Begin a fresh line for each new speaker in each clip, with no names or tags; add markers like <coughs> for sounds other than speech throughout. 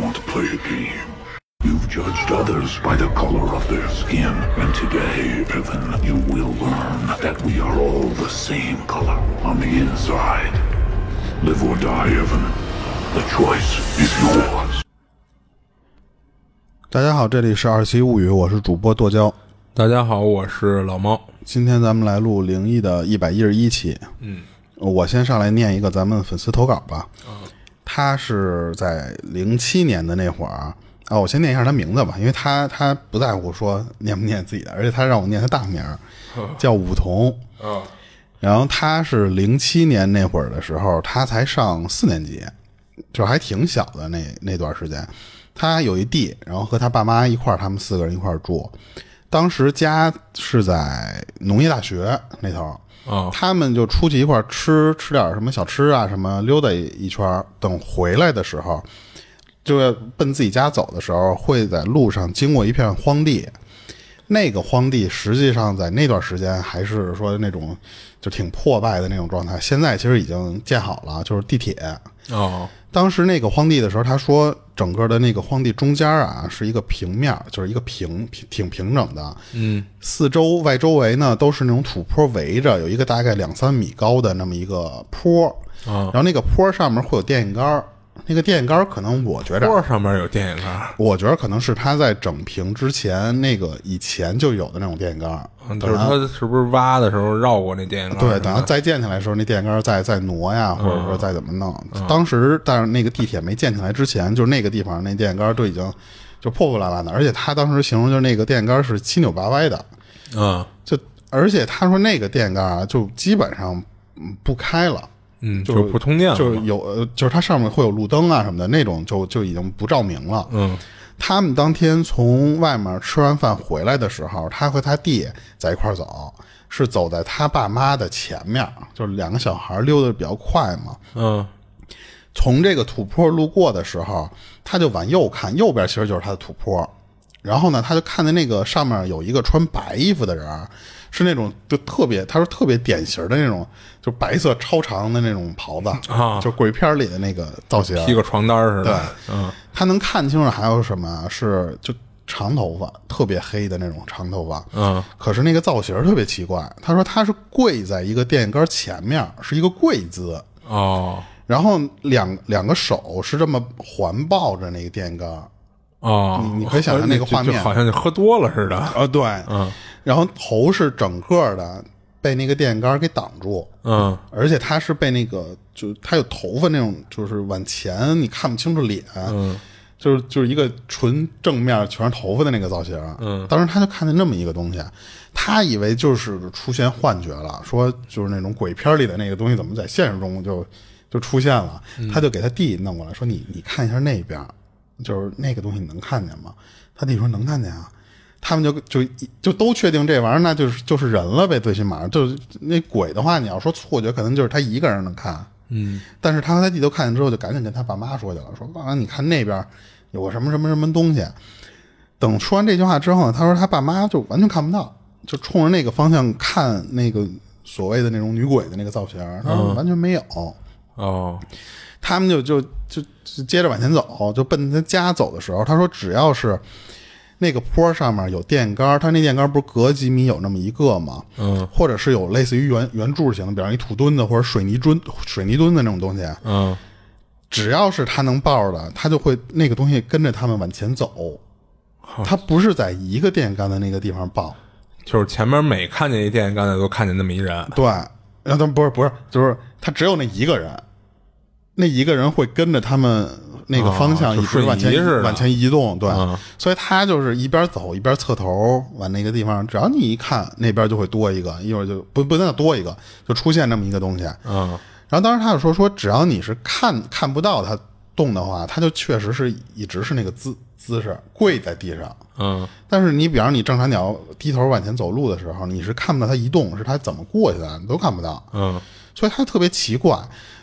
want to play a game. You've judged others by the color of their skin, and today, Evan, you will learn that we are all the same color on the inside. Live or die, Evan. The choice is yours.
大家好，这里是《二七物语》，我是主播剁椒。
大家好，我是老猫。
今天咱们来录灵异的一百一十一期。嗯，我先上来念一个咱们粉丝投稿吧。他是在零七年的那会儿啊，我先念一下他名字吧，因为他他不在乎说念不念自己的，而且他让我念他大名儿，叫武桐。
啊，
然后他是零七年那会儿的时候，他才上四年级，就还挺小的那那段时间。他有一弟，然后和他爸妈一块儿，他们四个人一块儿住。当时家是在农业大学那头，
哦
他们就出去一块儿吃吃点儿什么小吃啊，什么溜达一一圈儿。等回来的时候，就要奔自己家走的时候，会在路上经过一片荒地。那个荒地实际上在那段时间还是说那种就挺破败的那种状态，现在其实已经建好了，就是地铁。
哦，
当时那个荒地的时候，他说整个的那个荒地中间啊是一个平面儿，就是一个平平挺平整的，嗯，四周外周围呢都是那种土坡围着，有一个大概两三米高的那么一个坡，
啊
然后那个坡上面会有电线杆儿，那个电线杆儿可能我觉着
桌上面有电啊线杆，
我觉得可能是他在整平之前那个以前就有的那种电线杆儿，
嗯就是他是不是挖的时候绕过那电线杆？啊
对，等它再建起来的时候，那电线杆儿再再挪呀，或者说再怎么弄。当时，但是那个地铁没建起来之前，就是那个地方那电线杆儿都已经就破破烂烂的，而且他当时形容就是那个电线杆儿是七扭八歪的，
嗯，
就而且他说那个电线杆儿啊，就基本上嗯不开了。
嗯，
就
就不通电了，
就是有呃就是它上面会有路灯啊什么的那种就就已经不照明了。
嗯，
他们当天从外面吃完饭回来的时候，他和他弟在一块儿走，是走在他爸妈的前面，就是两个小孩溜得比较快嘛。
嗯，
从这个土坡路过的时候，他就往右看，右边其实就是他的土坡。然后呢，他就看见那个上面有一个穿白衣服的人儿，是那种就特别，他说特别典型的那种，就白色超长的那种袍子
啊
就鬼片里的那个造型。
披个床单似
对
的，，嗯，
他能看清楚还有什么是就长头发，特别黑的那种长头发。
嗯，
可是那个造型特别奇怪。他说他是跪在一个电线杆前面，是一个跪姿。
哦，
然后两两个手是这么环抱着那个电线杆儿，
哦，
你你可以想象那个画面
就就好像就喝多了似的，
啊，对，嗯，然后头是整个的被那个电线杆儿给挡住，
嗯，
而且他是被那个就是他有头发那种，就是往前你看不清楚脸，嗯，就是就是一个纯正面全是头发的那个造型，嗯，当时他就看见那么一个东西，他以为就是出现幻觉了，说就是那种鬼片里的那个东西怎么在现实中就就出现了，他就给他弟弄过来说你你看一下那边，就是那个东西你能看见吗？他弟说能看见啊。他们就就就都确定这玩意儿，那就是就是人了呗，最起码就是那鬼的话，你要说错觉，可能就是他一个人能看，嗯，但是他和他弟都看见之后，就赶紧跟他爸妈说去了，说爸妈，你看那边有个什么什么什么东西。等说完这句话之后呢，他说他爸妈就完全看不到，就冲着那个方向看那个所谓的那种女鬼的那个造型，他说完全没有。
哦，
他们就就就就接着往前走，就奔他家走的时候，他说只要是那个坡上面有电线杆儿，他那电线杆儿不是隔几米有那么一个吗？
嗯，
或者是有类似于圆圆柱形的，比方一土墩子或者水泥墩水泥墩子那种东西，啊
嗯，
只要是他能抱着的，他就会那个东西跟着他们往前走。他不是在一个电线杆的那个地方抱，
就是前面每看见一电线杆的都看见那么一人，
对，然后他们不是不是，就是他只有那一个人，那一个人会跟着他们那个方向
啊就
一直往
瞬移似
前
的
往前移动，对
啊，
所以他就是一边走一边侧头往那个地方，只要你一看那边就会多一个，一会儿就不不那多一个，就出现这么一个东西。
嗯，
然后当时他就说说，只要你是看看不到他动的话，他就确实是一直是那个姿姿势跪在地上。
嗯，
但是你比方你正常你要低头往前走路的时候，你是看不到它移动，是它怎么过去的，你都看不到。
嗯，
所以他特别奇怪。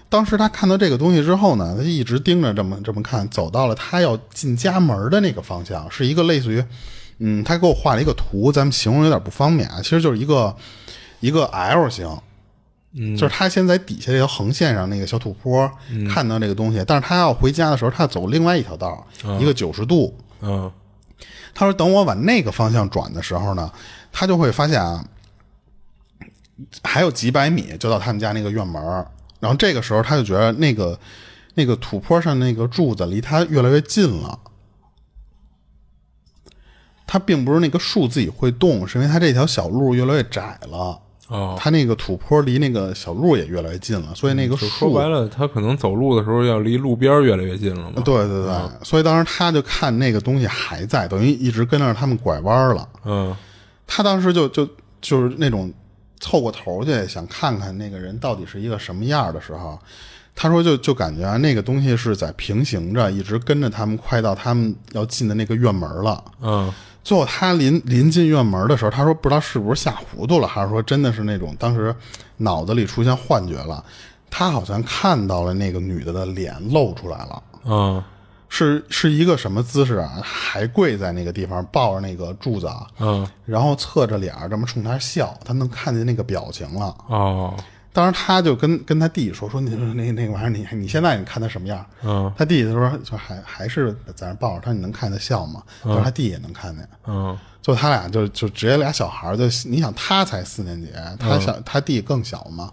当时他看到这个东西之后呢，他一直盯着这么 <laughs> 这么看，走到了他要进家门的那个方向，是一个类似于，嗯，他给我画了一个图，咱们形容有点不方便啊，其实就是一个一个 L 型，就是他先在底下这条横线上那个小土坡、看到这个东西，但是他要回家的时候，他要走另外一条道儿，一个九十度。
嗯
他说等我往那个方向转的时候呢，他就会发现啊，还有几百米就到他们家那个院门儿然后这个时候他就觉得那个那个土坡上那个柱子离他越来越近了。他并不是那个树自己会动，是因为他这条小路越来越窄了。
哦，
他那个土坡离那个小路也越来越近了，所以那个树
嗯说白了，他可能走路的时候要离路边儿越来越近了嘛。
对对对，
嗯
所以当时他就看那个东西还在，等于一直跟着他们拐弯了。
嗯
他当时就就就是那种凑过头去想看看那个人到底是一个什么样的时候，他说就就感觉啊，那个东西是在平行着，一直跟着他们，快到他们要进的那个院门了。
嗯
最后他临临近院门的时候，他说不知道是不是吓糊涂了，还是说真的是那种当时脑子里出现幻觉了。他好像看到了那个女的的脸露出来了，
嗯
是是一个什么姿势啊？还跪在那个地方，抱着那个柱子啊，
嗯
然后侧着脸儿这么冲他笑，他能看见那个表情了。
哦
当时他就跟跟他弟说说你那那个玩意儿，你你现在你看他什么样？
嗯
他弟弟就说就还还是在那抱着他，你能看他笑吗？他说他弟也能看见。
嗯
就他俩就就直接俩小孩儿，就你想他才四年级，他小、他弟更小嘛，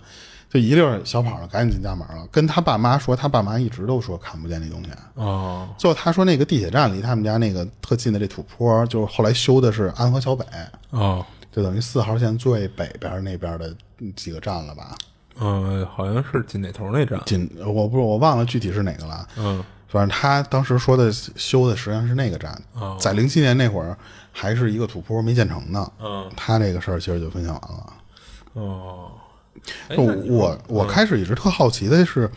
就一溜儿小跑儿赶紧进家门了，跟他爸妈说，他爸妈一直都说看不见那东西。
哦
最后他说那个地铁站离他们家那个特近的这土坡，就是后来修的是安河桥北，
哦
就等于四号线最北边儿那边儿的几个站了吧？
嗯，好像是进哪头那站。
紧我不是我忘了具体是哪个了，
嗯
反正他当时说的修的实际上是那个站，
哦
在零七年那会儿还是一个土坡没建成呢。
嗯
他这个事儿其实就分享完了。
哦，哎
就
那你
我我开始一直特好奇的是，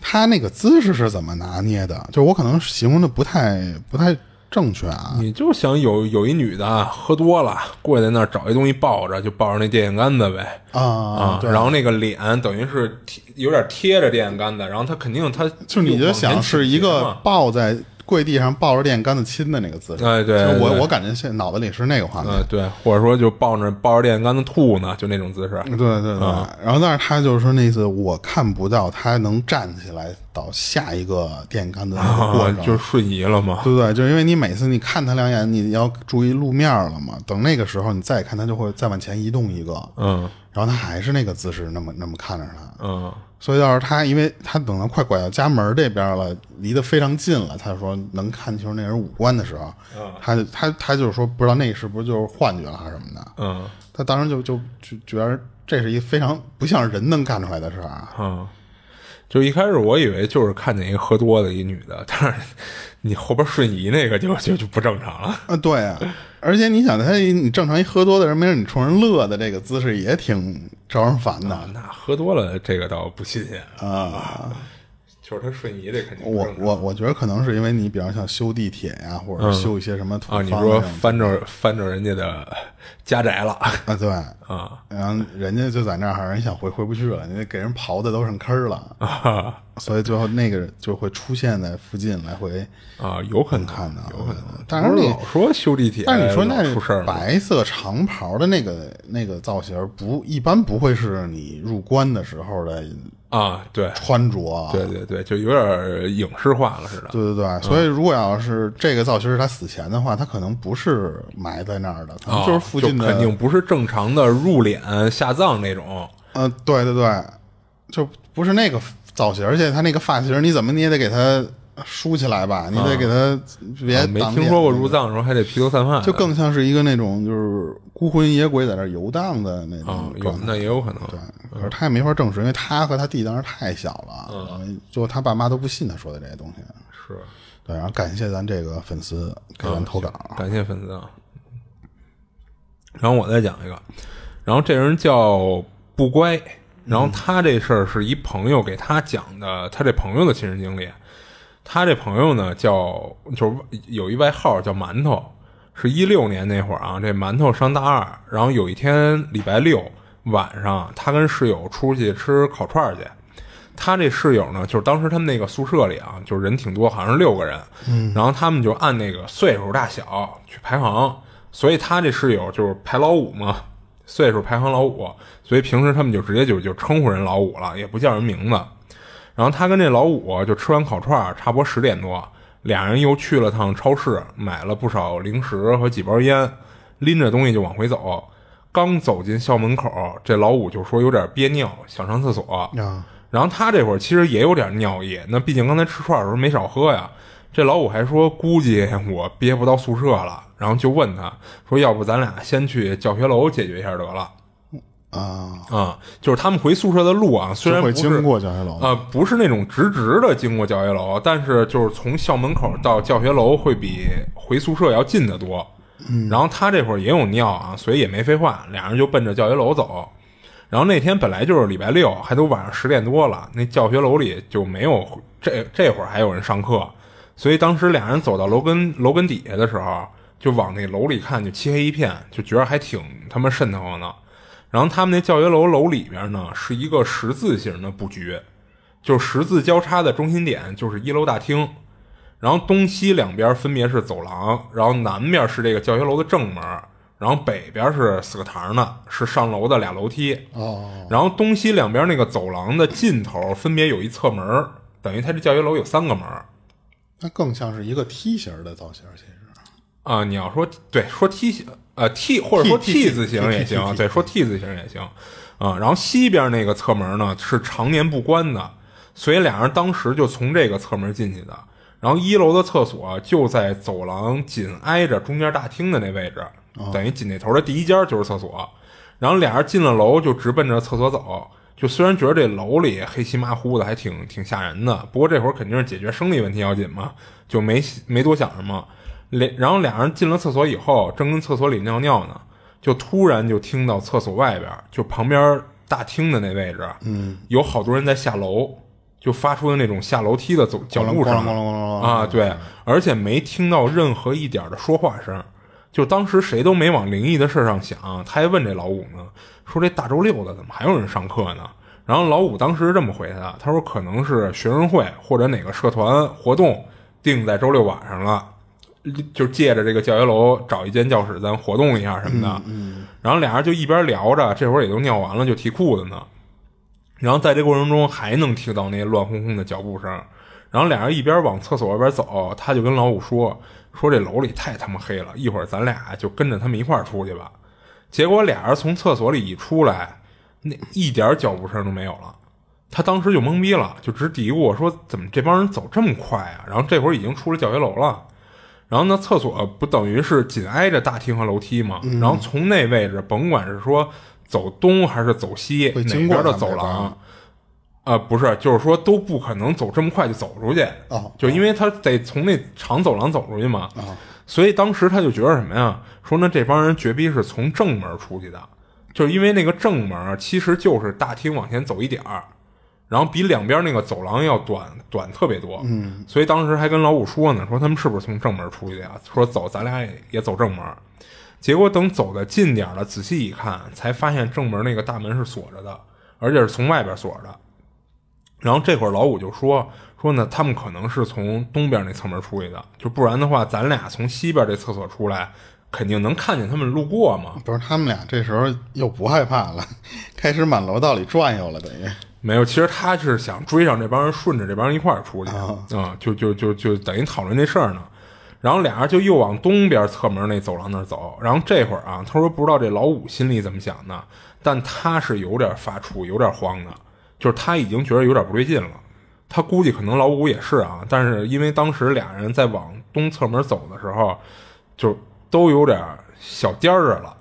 他那个姿势是怎么拿捏的？就我可能形容的不太不太正确啊。
你就想有有一女的喝多了，跪在那儿找一东西抱着，就抱着那电线杆子呗。
啊
啊，，然后那个脸等于是贴有点贴着电线杆子，然后他肯定他
就你就想是一
往前倾斜
个
嘛
抱在跪地上抱着电线杆子亲的那个姿势。
哎对
就
对
我我感觉现在脑子里是那个画面。
呃对，或者说就抱着抱着电线杆子吐呢，就那种姿势。
对对对，
啊
然后但是他就是说那次我看不到他能站起来到下一个电线杆子的那个过
啊
程，，
就是瞬移了嘛。
对不对？就是因为你每次你看他两眼，你要注意路面了嘛。等那个时候你再看他，就会再往前移动一个，
嗯
然后他还是那个姿势，那么那么看着他。
嗯
所以到时候他，因为他等到快拐到家门这边了，离得非常近了，他就说能看清那人五官的时候，
嗯
他就他他就是说不知道那是不是就是幻觉了还是什么的，
嗯
他当时就就就觉得这是一非常不像人能干出来的事儿啊。
嗯，就一开始我以为就是看见一个喝多的一女的，但是你后边瞬移那个就就就不正常了。
啊，对
<laughs>
啊，而且你想，他你正常一喝多的人，没准你冲人乐的这个姿势也挺招人烦的
那喝多了这个倒不新鲜，
啊。
就是他瞬移这肯定不
我
正常
我我觉得可能是因为你，比方像修地铁呀、或者修一些什么土
啊，
方
你
的
说
那种
翻着翻着人家的家宅了
啊，对，
啊 <laughs>
然后人家就在那儿，人想回回不去了，人家给人刨的都剩坑儿了，
啊
所以最后那个就会出现在附近来回
啊，有可能
看到。
有可能。
当然
不是
你
老说修地铁，
但是你说那
老出事儿了
白色长袍的那个那个造型不，一般不会是你入关的时候的
啊？对
穿着啊。
对嗯对对，就有点影视化了似的。
对对对，所以如果要是这个造型是他死前的话，他可能不是埋在那儿的，可能
啊
就是附近的。
肯定不是正常的入殓下葬那种。
呃，对对对，就不是那个造型，而且他那个发型，你怎么你也得给他梳起来吧，你得给他别
啊没
挡
听
脸
说过
那
入
种
葬的时候还得披头散发的，
就更像是一个那种就是孤魂野鬼在那儿游荡的那
啊
种，
有
状态。
那也嗯有可能。
可是他也没法证实，因为他和他弟当时太小了，最后他爸妈都不信他说的这些东西。
是，
对，然后感谢咱这个粉丝给咱投稿，
感谢粉丝啊。然后我再讲一个，然后这人叫不乖，然后他这事儿是一朋友给他讲的，他这朋友的亲身经历。他这朋友呢叫就是有一外号叫馒头，是一六年那会儿啊，这馒头上大二，然后有一天礼拜六晚上，他跟室友出去吃烤串儿去。他这室友呢，就是当时他们那个宿舍里啊，就是人挺多，好像是六个人。嗯，然后他们就按那个岁数大小去排行，所以他这室友就是排老五嘛，岁数排行老五，所以平时他们就直接就就称呼人老五了，也不叫人名字。然后他跟这老五啊就吃完烤串儿，差不多十点多，俩人又去了趟超市，买了不少零食和几包烟，拎着东西就往回走。刚走进校门口，这老五就说有点憋尿，想上厕所。
啊，
然后他这会儿其实也有点尿意，那毕竟刚才吃串儿的时候没少喝呀。这老五还说，估计我憋不到宿舍了，然后就问他说，要不咱俩先去教学楼解决一下得了。
啊，
啊、就是他们回宿舍的路啊，虽然
就会
不是
经过教学楼
呃，不是那种直直的经过教学楼，但是就是从校门口到教学楼会比回宿舍要近得多。嗯，然后他这会儿也有尿啊，所以也没废话，俩人就奔着教学楼走。然后那天本来就是礼拜六，还都晚上十点多了，那教学楼里就没有这这会儿还有人上课，所以当时俩人走到楼根楼根底下的时候，就往那楼里看，就漆黑一片，就觉得还挺他妈瘆得慌的。然后他们那教学楼楼里边呢是一个十字形的布局，就是十字交叉的中心点就是一楼大厅，然后东西两边分别是走廊，然后南边是这个教学楼的正门，然后北边是死个堂呢，是上楼的俩楼梯。
哦，
然后东西两边那个走廊的尽头分别有一侧门，等于它这教学楼有三个门。
那更像是一个梯形的造型，其实
啊、你要说对，说 T 型，呃 T 或者说
T- T-
T 字形
T- T-
也
T-
行，对，说 T 字形也行，啊、然后西边那个侧门呢是常年不关的，所以俩人当时就从这个侧门进去的。然后一楼的厕所就在走廊紧挨着中间大厅的那位置，等于紧那头的第一间就是厕所。然后俩人进了楼就直奔着厕所走，就虽然觉得这楼里黑漆麻糊的，还挺挺吓人的，不过这会儿肯定是解决生理问题要紧嘛，就没没多想什么。俩然后俩人进了厕所以后，正跟厕所里尿尿呢，就突然就听到厕所外边，就旁边大厅的那位置，嗯，有好多人在下楼，就发出的那种下楼梯的走脚步声，
咣啷咣啷咣啷咣啷
啊，对，而且没听到任何一点儿的说话声，就当时谁都没往灵异的事儿上想。他还问这老五呢，说这大周六的怎么还有人上课呢？然后老五当时这么回他，他说可能是学生会或者哪个社团活动定在周六晚上了，就借着这个教学楼找一间教室咱活动一下什么的。然后俩人就一边聊着，这会儿也都尿完了，就提裤子呢。然后在这过程中还能听到那乱哄哄的脚步声，然后俩人一边往厕所外边走，他就跟老五说：“说这楼里太他妈黑了，一会儿咱俩就跟着他们一块儿出去吧。”结果俩人从厕所里一出来，那一点脚步声都没有了。他当时就懵逼了，就直嘀咕我说：“怎么这帮人走这么快啊？”然后这会儿已经出了教学楼了。然后呢，厕所不等于是紧挨着大厅和楼梯吗？
嗯
然后从那位置，甭管是说走东还是走西，
会
哪
经过
边的
他们
走
这帮人
廊，啊，不是，就是说都不可能走这么快就走出去，
哦
就因为他得从那长走廊走出去嘛，所以当时他就觉得什么呀？说那这帮人绝逼是从正门出去的，就是因为那个正门啊其实就是大厅往前走一点儿，然后比两边那个走廊要短短特别多，嗯，所以当时还跟老五说呢，说他们是不是从正门出去的呀？说走，咱俩也也走正门。结果等走的近点儿了，仔细一看，才发现正门那个大门是锁着的，而且是从外边锁着。然后这会儿老五就说说呢，他们可能是从东边那侧门出去的，就不然的话，咱俩从西边这厕所出来，肯定能看见他们路过嘛。
不是他们俩这时候又不害怕了， <laughs> 开始满楼道里转悠了，等于
没有，其实他是想追上这帮人，顺着这帮人一块儿出去啊、就就就就等于讨论这事儿呢。然后俩人就又往东边侧门那走廊那儿走。然后这会儿啊，他说不知道这老五心里怎么想的，但他是有点发怵，有点慌的，就是他已经觉得有点不对劲了。他估计可能老五也是啊，但是因为当时俩人在往东侧门走的时候，就都有点小颠儿着了。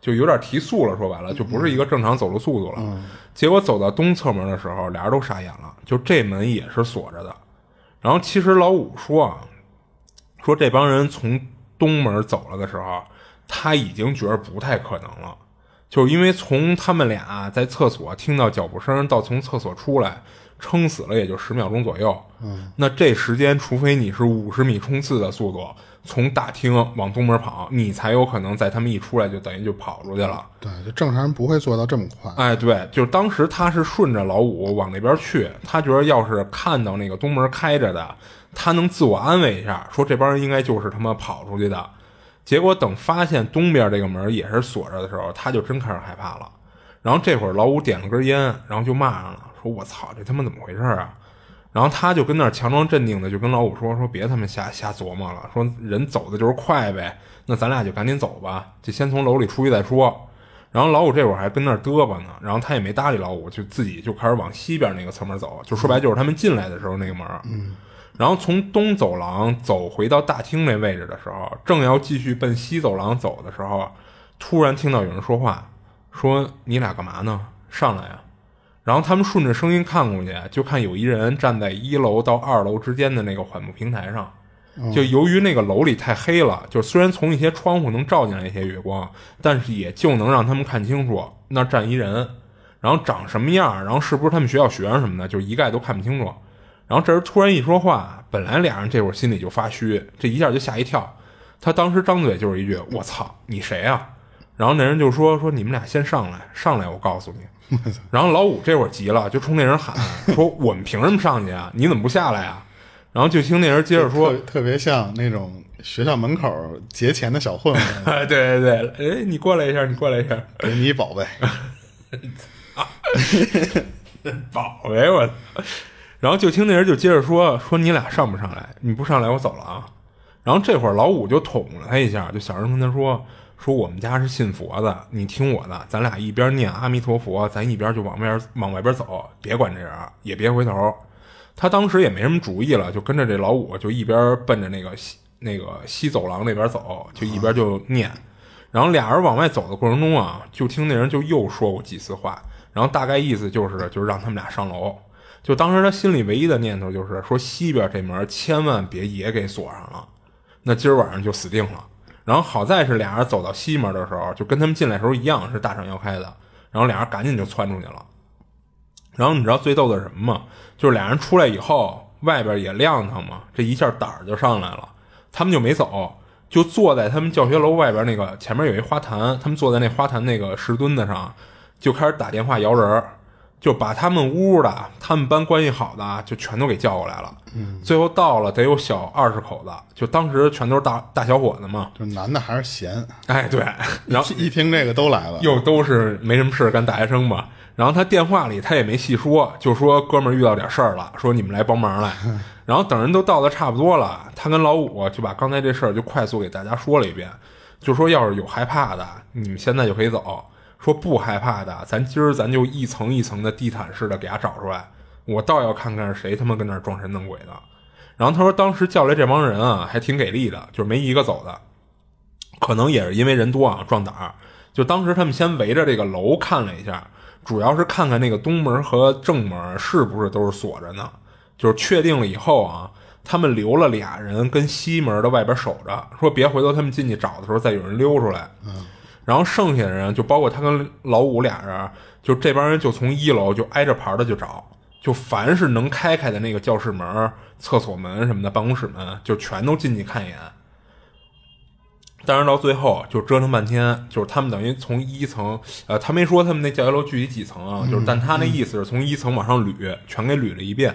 就有点提速了，说白了就不是一个正常走路速度了。结果走到东侧门的时候，俩人都傻眼了，就这门也是锁着的。然后其实老五说啊，说这帮人从东门走了的时候，他已经觉得不太可能了，就是因为从他们俩在厕所听到脚步声到从厕所出来，撑死了也就十秒钟左右。嗯，那这时间，除非你是五十米冲刺的速度从大厅往东门跑，你才有可能在他们一出来就等于就跑出去了。
对，就正常人不会做到这么快。
哎，对，就是当时他是顺着老五往那边去，他觉得要是看到那个东门开着的，他能自我安慰一下，说这帮人应该就是他妈跑出去的。结果等发现东边这个门也是锁着的时候，他就真开始害怕了。然后这会儿老五点了根烟，然后就骂上了，说：“我操，这他妈怎么回事啊？”然后他就跟那儿强装镇定的就跟老五说：“说别他妈瞎瞎琢磨了，说人走的就是快呗，那咱俩就赶紧走吧，就先从楼里出去再说。”然后老五这会儿还跟那儿嘚吧呢，然后他也没搭理老五，就自己就开始往西边那个侧门走，就说白就是他们进来的时候那个门。嗯。然后从东走廊走回到大厅那位置的时候，正要继续奔西走廊走的时候，突然听到有人说话，说：“你俩干嘛呢？上来啊呀、然后他们顺着声音看过去，就看有一人站在一楼到二楼之间的那个缓步平台上。就由于那个楼里太黑了，就虽然从一些窗户能照进来一些月光，但是也就能让他们看清楚那儿站一人，然后长什么样，然后是不是他们学校学生什么的，就一概都看不清楚。然后这人突然一说话，本来俩人这会儿心里就发虚，这一下就吓一跳。他当时张嘴就是一句：“我操，你谁啊？”然后那人就说：“说你们俩先上来，上来我告诉你。”然后老五这会儿急了，就冲那人喊：“说我们凭什么上去啊？你怎么不下来啊？”然后就听那人接着说
特：“特别像那种学校门口劫钱的小混 <laughs> 混，
哎， <laughs> 对对对，哎，你过来一下，你过来一下，
给你宝贝。
宝贝我。然后就听那人就接着说说你俩上不上来？你不上来我走了啊。然后这会儿老五就捅了他一下，就小声跟他说说我们家是信佛的，你听我的，咱俩一边念阿弥陀佛，咱一边就往外边往外边走，别管这人，也别回头。他当时也没什么主意了，就跟着这老五就一边奔着那个西那个西走廊那边走，就一边就念。然后俩人往外走的过程中啊，就听那人就又说过几次话，然后大概意思就是就是让他们俩上楼。就当时他心里唯一的念头就是说西边这门千万别也给锁上了，那今儿晚上就死定了。然后好在是俩人走到西门的时候，就跟他们进来的时候一样是大敞要开的，然后俩人赶紧就窜出去了。然后你知道最逗的是什么吗？就是俩人出来以后，外边也亮堂嘛，这一下胆儿就上来了，他们就没走，就坐在他们教学楼外边那个前面有一花坛，他们坐在那花坛那个石墩子上，就开始打电话摇人儿，就把他们屋的、他们班关系好的就全都给叫过来了。嗯，最后到了得有小二十口子，就当时全都是大大小伙子嘛。
就是男的还是闲，
哎，对，然后
一听这个都来了。
又都是没什么事儿干大学生嘛。然后他电话里他也没细说，就说哥们儿遇到点事儿了，说你们来帮忙来。然后等人都到的差不多了，他跟老五就把刚才这事儿就快速给大家说了一遍，就说要是有害怕的，你们现在就可以走；说不害怕的，咱今儿咱就一层一层的地毯式的给他找出来。我倒要看看是谁他妈跟那儿装神弄鬼的。然后他说，当时叫来这帮人啊，还挺给力的，就是没一个走的。可能也是因为人多啊，壮胆儿。就当时他们先围着这个楼看了一下，主要是看看那个东门和正门是不是都是锁着呢。就是确定了以后啊，他们留了俩人跟西门的外边守着，说别回头他们进去找的时候再有人溜出来。嗯。然后剩下的人，就包括他跟老五俩人，就这帮人就从一楼就挨着牌的就找，就凡是能开开的那个教室门、厕所门什么的、办公室门，就全都进去看一眼。但是到最后就折腾半天，就是他们等于从一层，呃，他没说他们那教学楼具体几层啊，就是但他那意思是从一层往上捋，全给捋了一遍，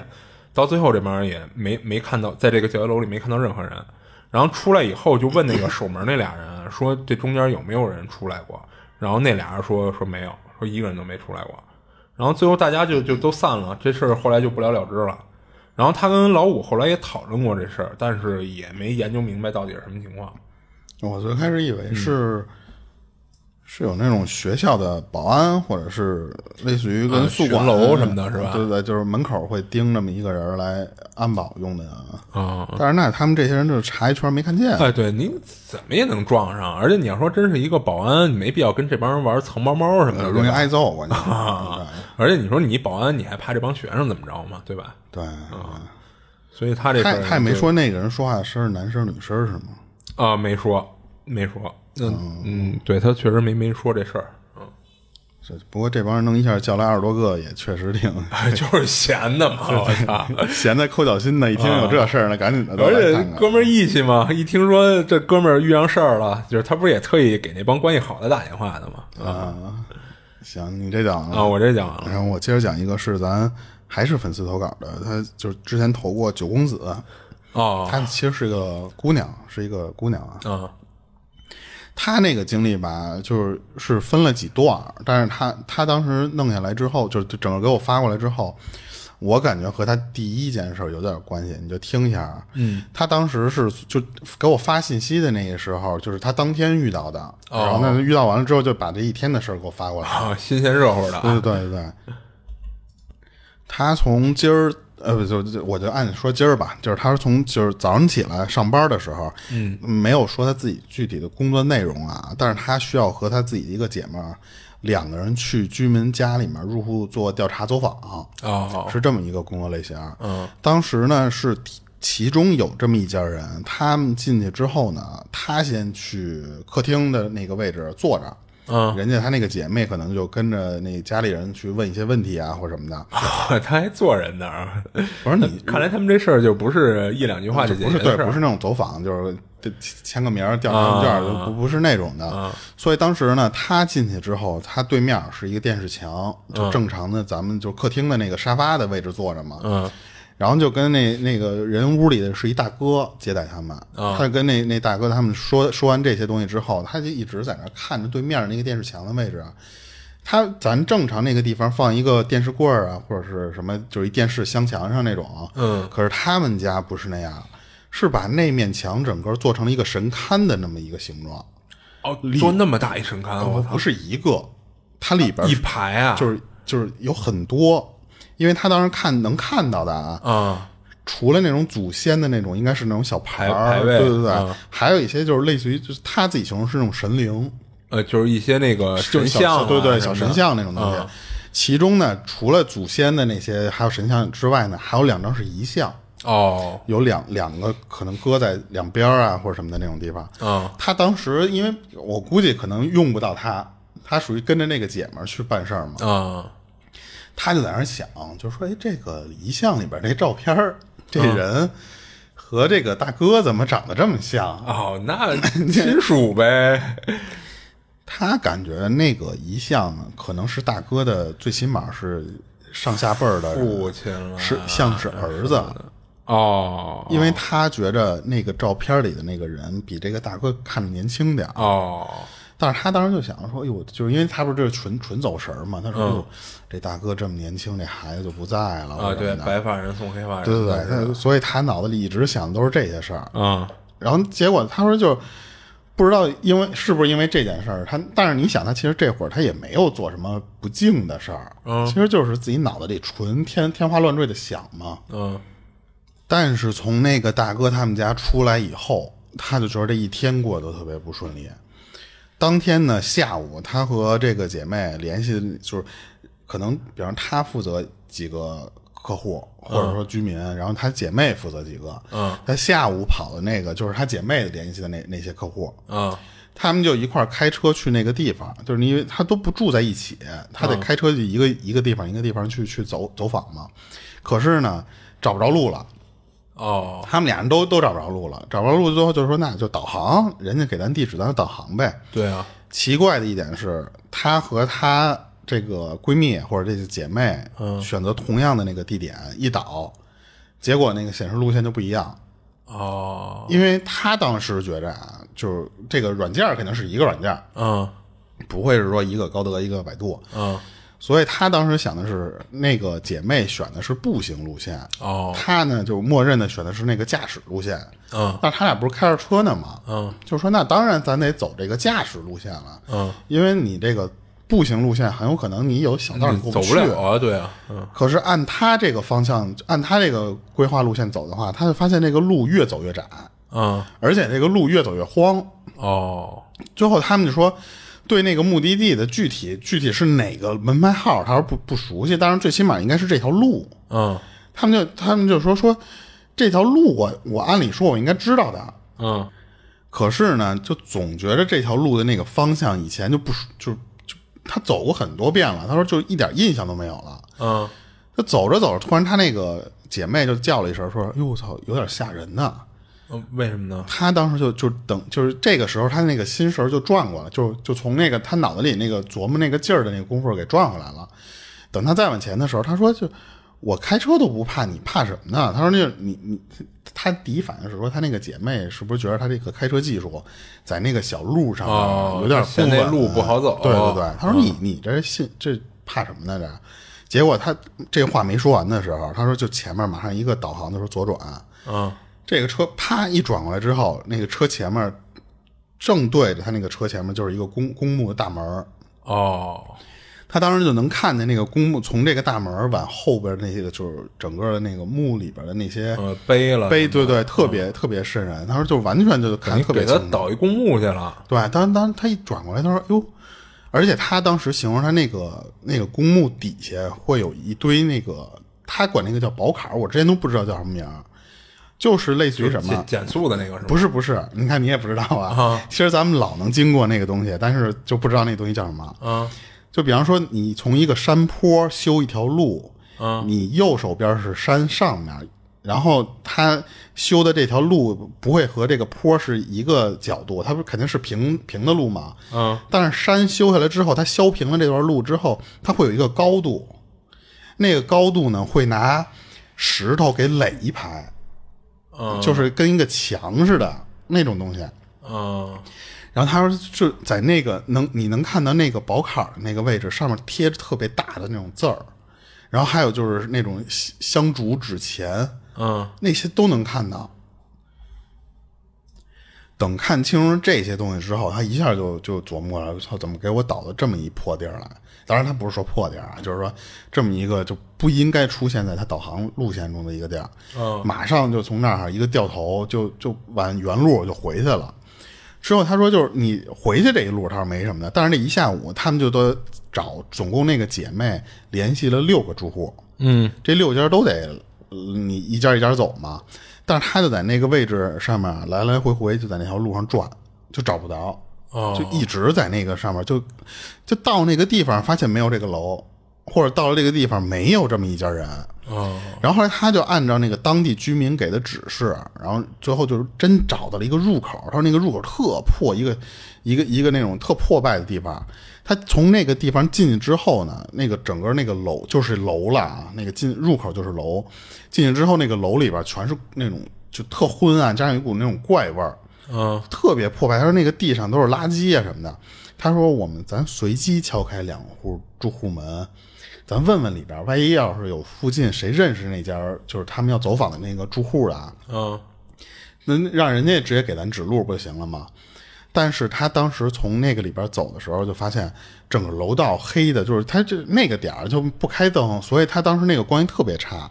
到最后这帮人也没没看到，在这个教学楼里没看到任何人。然后出来以后就问那个守门那俩人啊说这中间有没有人出来过，然后那俩人说说没有，说一个人都没出来过。然后最后大家就就都散了，这事儿后来就不了了之了。然后他跟老五后来也讨论过这事儿，但是也没研究明白到底是什么情况。
我最开始以为是、是有那种学校的保安，或者是类似于跟
呃
宿管、啊
巡楼什么的是吧
对对，就是门口会盯这么一个人来安保用的啊。
啊、
但是那他们这些人就是查一圈没看见，
哎，对，你怎么也能撞上，而且你要说真是一个保安，你没必要跟这帮人玩藏猫猫什么的，
呃容易
对吧
挨揍，关键是
啊。而且你说你保安，你还怕这帮学生怎么着嘛，对吧？
对。
所以啊他这
他
事儿
他也没
就
说那个人说话声是男声女声是吗？
啊、没说，没说。
哦
嗯嗯，对他确实没没说这事
<laughs>
儿，
这不过这帮人能一下叫来二十多个，也确实
<laughs>
挺
哎就是闲的嘛，我操！
闲的抠脚心的。一听有这事儿呢，赶紧的都
而
来
且
看看。
哥们儿义气嘛，一听说这哥们儿遇上事儿了，就是他不是也特意给那帮关系好的打电话的嘛？
嗯
啊
行，你这讲完了
啊，我这讲完了
然后我接着讲一个是咱还是粉丝投稿的，她就是之前投过九公子，
哦
她其实是个姑娘，是一个姑娘啊。
啊
他那个经历吧，就是是分了几段儿，但是他他当时弄下来之后，就是整个给我发过来之后，我感觉和他第一件事儿有点关系，你就听一下啊。嗯，他当时是就给我发信息的那个时候，就是他当天遇到的，然后呢遇到完了之后，就把这一天的事儿给我发过来。
啊，新鲜热乎的啊，
对对对对，他从今儿呃不就就我就按说今儿吧，就是他是从就是早上起来上班的时候，嗯，没有说他自己具体的工作内容啊，但是他需要和他自己的一个姐们儿两个人去居民家里面入户做调查走访，
哦，
是这么一个工作类型。嗯，当时呢是其其中有这么一家人，他们进去之后呢，他先去客厅的那个位置坐着。
嗯，
人家他那个姐妹可能就跟着那家里人去问一些问题啊，或者什么的。
<laughs> 他还坐人那儿，
我说 <laughs> 你
看来他们这事儿就不是一两句话就解
不
决
是
的
对，
事儿，
不是那种啊走访，就是得签个名儿、调查问卷儿，就不不是那种的。所以当时呢，他进去之后，他对面是一个电视墙，就正常的咱们就客厅的那个沙发的位置坐着嘛。
嗯，
然后就跟那那个人屋里的是一大哥接待他们，
啊
他就跟那那大哥他们说说完这些东西之后，他就一直在那儿看着对面那个电视墙的位置啊。他咱正常那个地方放一个电视柜儿啊，或者是什么，就是一电视镶墙上那种啊。
嗯
可是他们家不是那样，是把那面墙整个做成了一个神龛的那么一个形状，
哦，做那么大一神龛，我
哦
操，
不是一个，它里边
一排哦啊，
就是就是有很多，因为他当时看能看到的啊，
啊，
除了那种祖先的那种，应该是那种小牌
牌
儿，
牌位
对对对，
嗯
还有一些就是类似于就是他自己形容是那种神灵，
呃，就是一些那个神
小
像啊，嗯
对对，
什
小
么的
神，像那种东西。其中呢，除了祖先的那些还有神像之外呢，还有两张是遗像，
哦，
有两两个可能搁在两边儿啊或者什么的那种地方。
嗯，
他当时因为我估计可能用不到他，他属于跟着那个姐们儿去办事儿嘛，
啊，
他就在那儿想，就说：“哎，这个遗像里边那照片儿，这
嗯
人和这个大哥怎么长得这么像？”
哦，那
<laughs>
亲属呗，
他感觉那个遗像可能是大哥的，最起码是上下辈儿的人
父亲了
是像是儿子，
哦，
因为他觉着那个照片里的那个人比这个大哥看着年轻点儿。
哦，
但是他当时就想说：“哎呦，就是因为他不是就是纯纯走神儿嘛，他说、哎呦，这大哥这么年轻，这孩子就不在了
嗯啊，对，
对
白发人送黑发人，
哦对对，他所以他脑子里一直想的都是这些事儿。
嗯，
然后结果他说就不知道因为是不是因为这件事儿，他但是你想，他其实这会儿他也没有做什么不敬的事儿，其实就是自己脑子里纯天天花乱坠的想嘛。
嗯，
但是从那个大哥他们家出来以后，他就觉得这一天过得都特别不顺利。当天呢下午，他和这个姐妹联系，就是可能，比方他负责几个客户或者说居民，然后他姐妹负责几个。嗯，他下午跑的那个就是他姐妹联系的那那些客户。
嗯，
他们就一块儿开车去那个地方，就是因为他都不住在一起，他得开车去一个、一个地方一个地方去去走走访嘛。可是呢，找不着路了。
哦，
他们俩人都都找不着路了，找不着路之后就说那就导航，人家给咱地址，咱就导航呗。
对啊，
奇怪的一点是，她和她这个闺蜜或者这个姐妹，选择同样的那个地点一导，结果那个显示路线就不一样。
哦，
因为她当时觉着啊，就是这个软件儿肯定是一个软件儿，
嗯，
不会是说一个高德一个百度，
嗯，
所以她当时想的是那个姐妹选的是步行路线，
哦，
他呢就默认的选的是那个驾驶路线，
嗯，
但是他俩不是开着车呢嘛，
嗯，
就说那当然咱得走这个驾驶路线了，
嗯，
因为你这个步行路线很有可能你有小道儿你过
走
去，
不了啊，对啊，嗯，
可是按他这个方向，按他这个规划路线走的话，他就发现这个路越走越窄，
嗯，
而且这个路越走越荒，
哦，
最后他们就说，对那个目的地的具体具体是哪个门牌号，他说不不熟悉，当然最起码应该是这条路，
嗯，
他们就他们就说说这条路我我按理说我应该知道的，
嗯，
可是呢，就总觉得这条路的那个方向以前就不熟就就他走过很多遍了，他说就一点印象都没有了。
嗯，
他走着走着，突然他那个姐妹就叫了一声，说：“哟，我操，有点吓人呐、
嗯为什么呢？
他当时就就等，就是这个时候，他那个心神儿就转过来，就就从那个他脑子里那个琢磨那个劲儿的那个功夫给转回来了。等他再往前的时候，他说就我开车都不怕，你怕什么呢？他说那你你，他第一反应是说，他那个姐妹是不是觉得他这个开车技术在那个小路上啊
哦
有点
现在
不稳
路不好走
对对对，他说你你这信这怕什么呢？这，结果他这话没说完的时候，他说就前面马上一个导航的时候左转，
嗯，
这个车啪一转过来之后，那个车前面正对着他那个车前面就是一个公公墓的大门儿
哦，
他当时就能看见那个公墓从这个大门儿往后边那些个就是整个的那个墓里边的那些
呃，背了，
碑，对对，特别特别瘆人。他说就完全就看
你
得特
给
别
他
清楚。
倒一公墓去了，
对，当当他一转过来，他说哟，而且他当时形容他那个那个公墓底下会有一堆那个，他管那个叫宝坎儿，我之前都不知道叫什么名儿，就是类似于什么啊
减减速的那个是吗？
不是不是，你看你也不知道啊。其实咱们老能经过那个东西，但是就不知道那东西叫什么。
啊，
就比方说，你从一个山坡修一条路，你右手边是山上面，然后它修的这条路不会和这个坡是一个角度，它不是肯定是平平的路嘛。
嗯，
但是山修下来之后，它削平了这段路之后，它会有一个高度，那个高度呢会拿石头给垒一排，
嗯
就是跟一个墙似的那种东西。
嗯，
然后他说就在那个能你能看到那个宝坎儿那个位置上面贴着特别大的那种字儿，然后还有就是那种香香烛纸钱，
嗯，
那些都能看到。等看清楚这些东西之后，他一下就就琢磨过来了，操，怎么给我导到这么一破地儿来？当然，他不是说破地儿啊，就是说这么一个就不应该出现在他导航路线中的一个地儿。马上就从那儿一个掉头，就就往原路就回去了。之后他说，就是你回去这一路，他说没什么的，但是这一下午他们就都找，总共那个姐妹联系了六个住户，嗯，这六家都得呃你一家一家走嘛，但是他就在那个位置上面来来回回就在那条路上转，就找不着，
哦
就一直在那个上面，就就到那个地方发现没有这个楼，或者到了这个地方没有这么一家人，
哦，
然后后来他就按照那个当地居民给的指示，然后最后就是真找到了一个入口。他说那个入口特破，一个一个一个那种特破败的地方。他从那个地方进去之后呢，那个整个那个楼就是楼了啊，那个进入口就是楼。进去之后，那个楼里边全是那种就特昏暗，加上一股那种怪味儿。
嗯，
特别破败。他说那个地上都是垃圾啊什么的。他说我们咱随机敲开两户住户门，咱问问里边儿，万一要是有附近谁认识那家儿就是他们要走访的那个住户的啊，
嗯，
那让人家直接给咱指路不就行了吗？但是他当时从那个里边走的时候，就发现整个楼道黑的，就是他这那个点儿就不开灯，所以他当时那个光线特别差。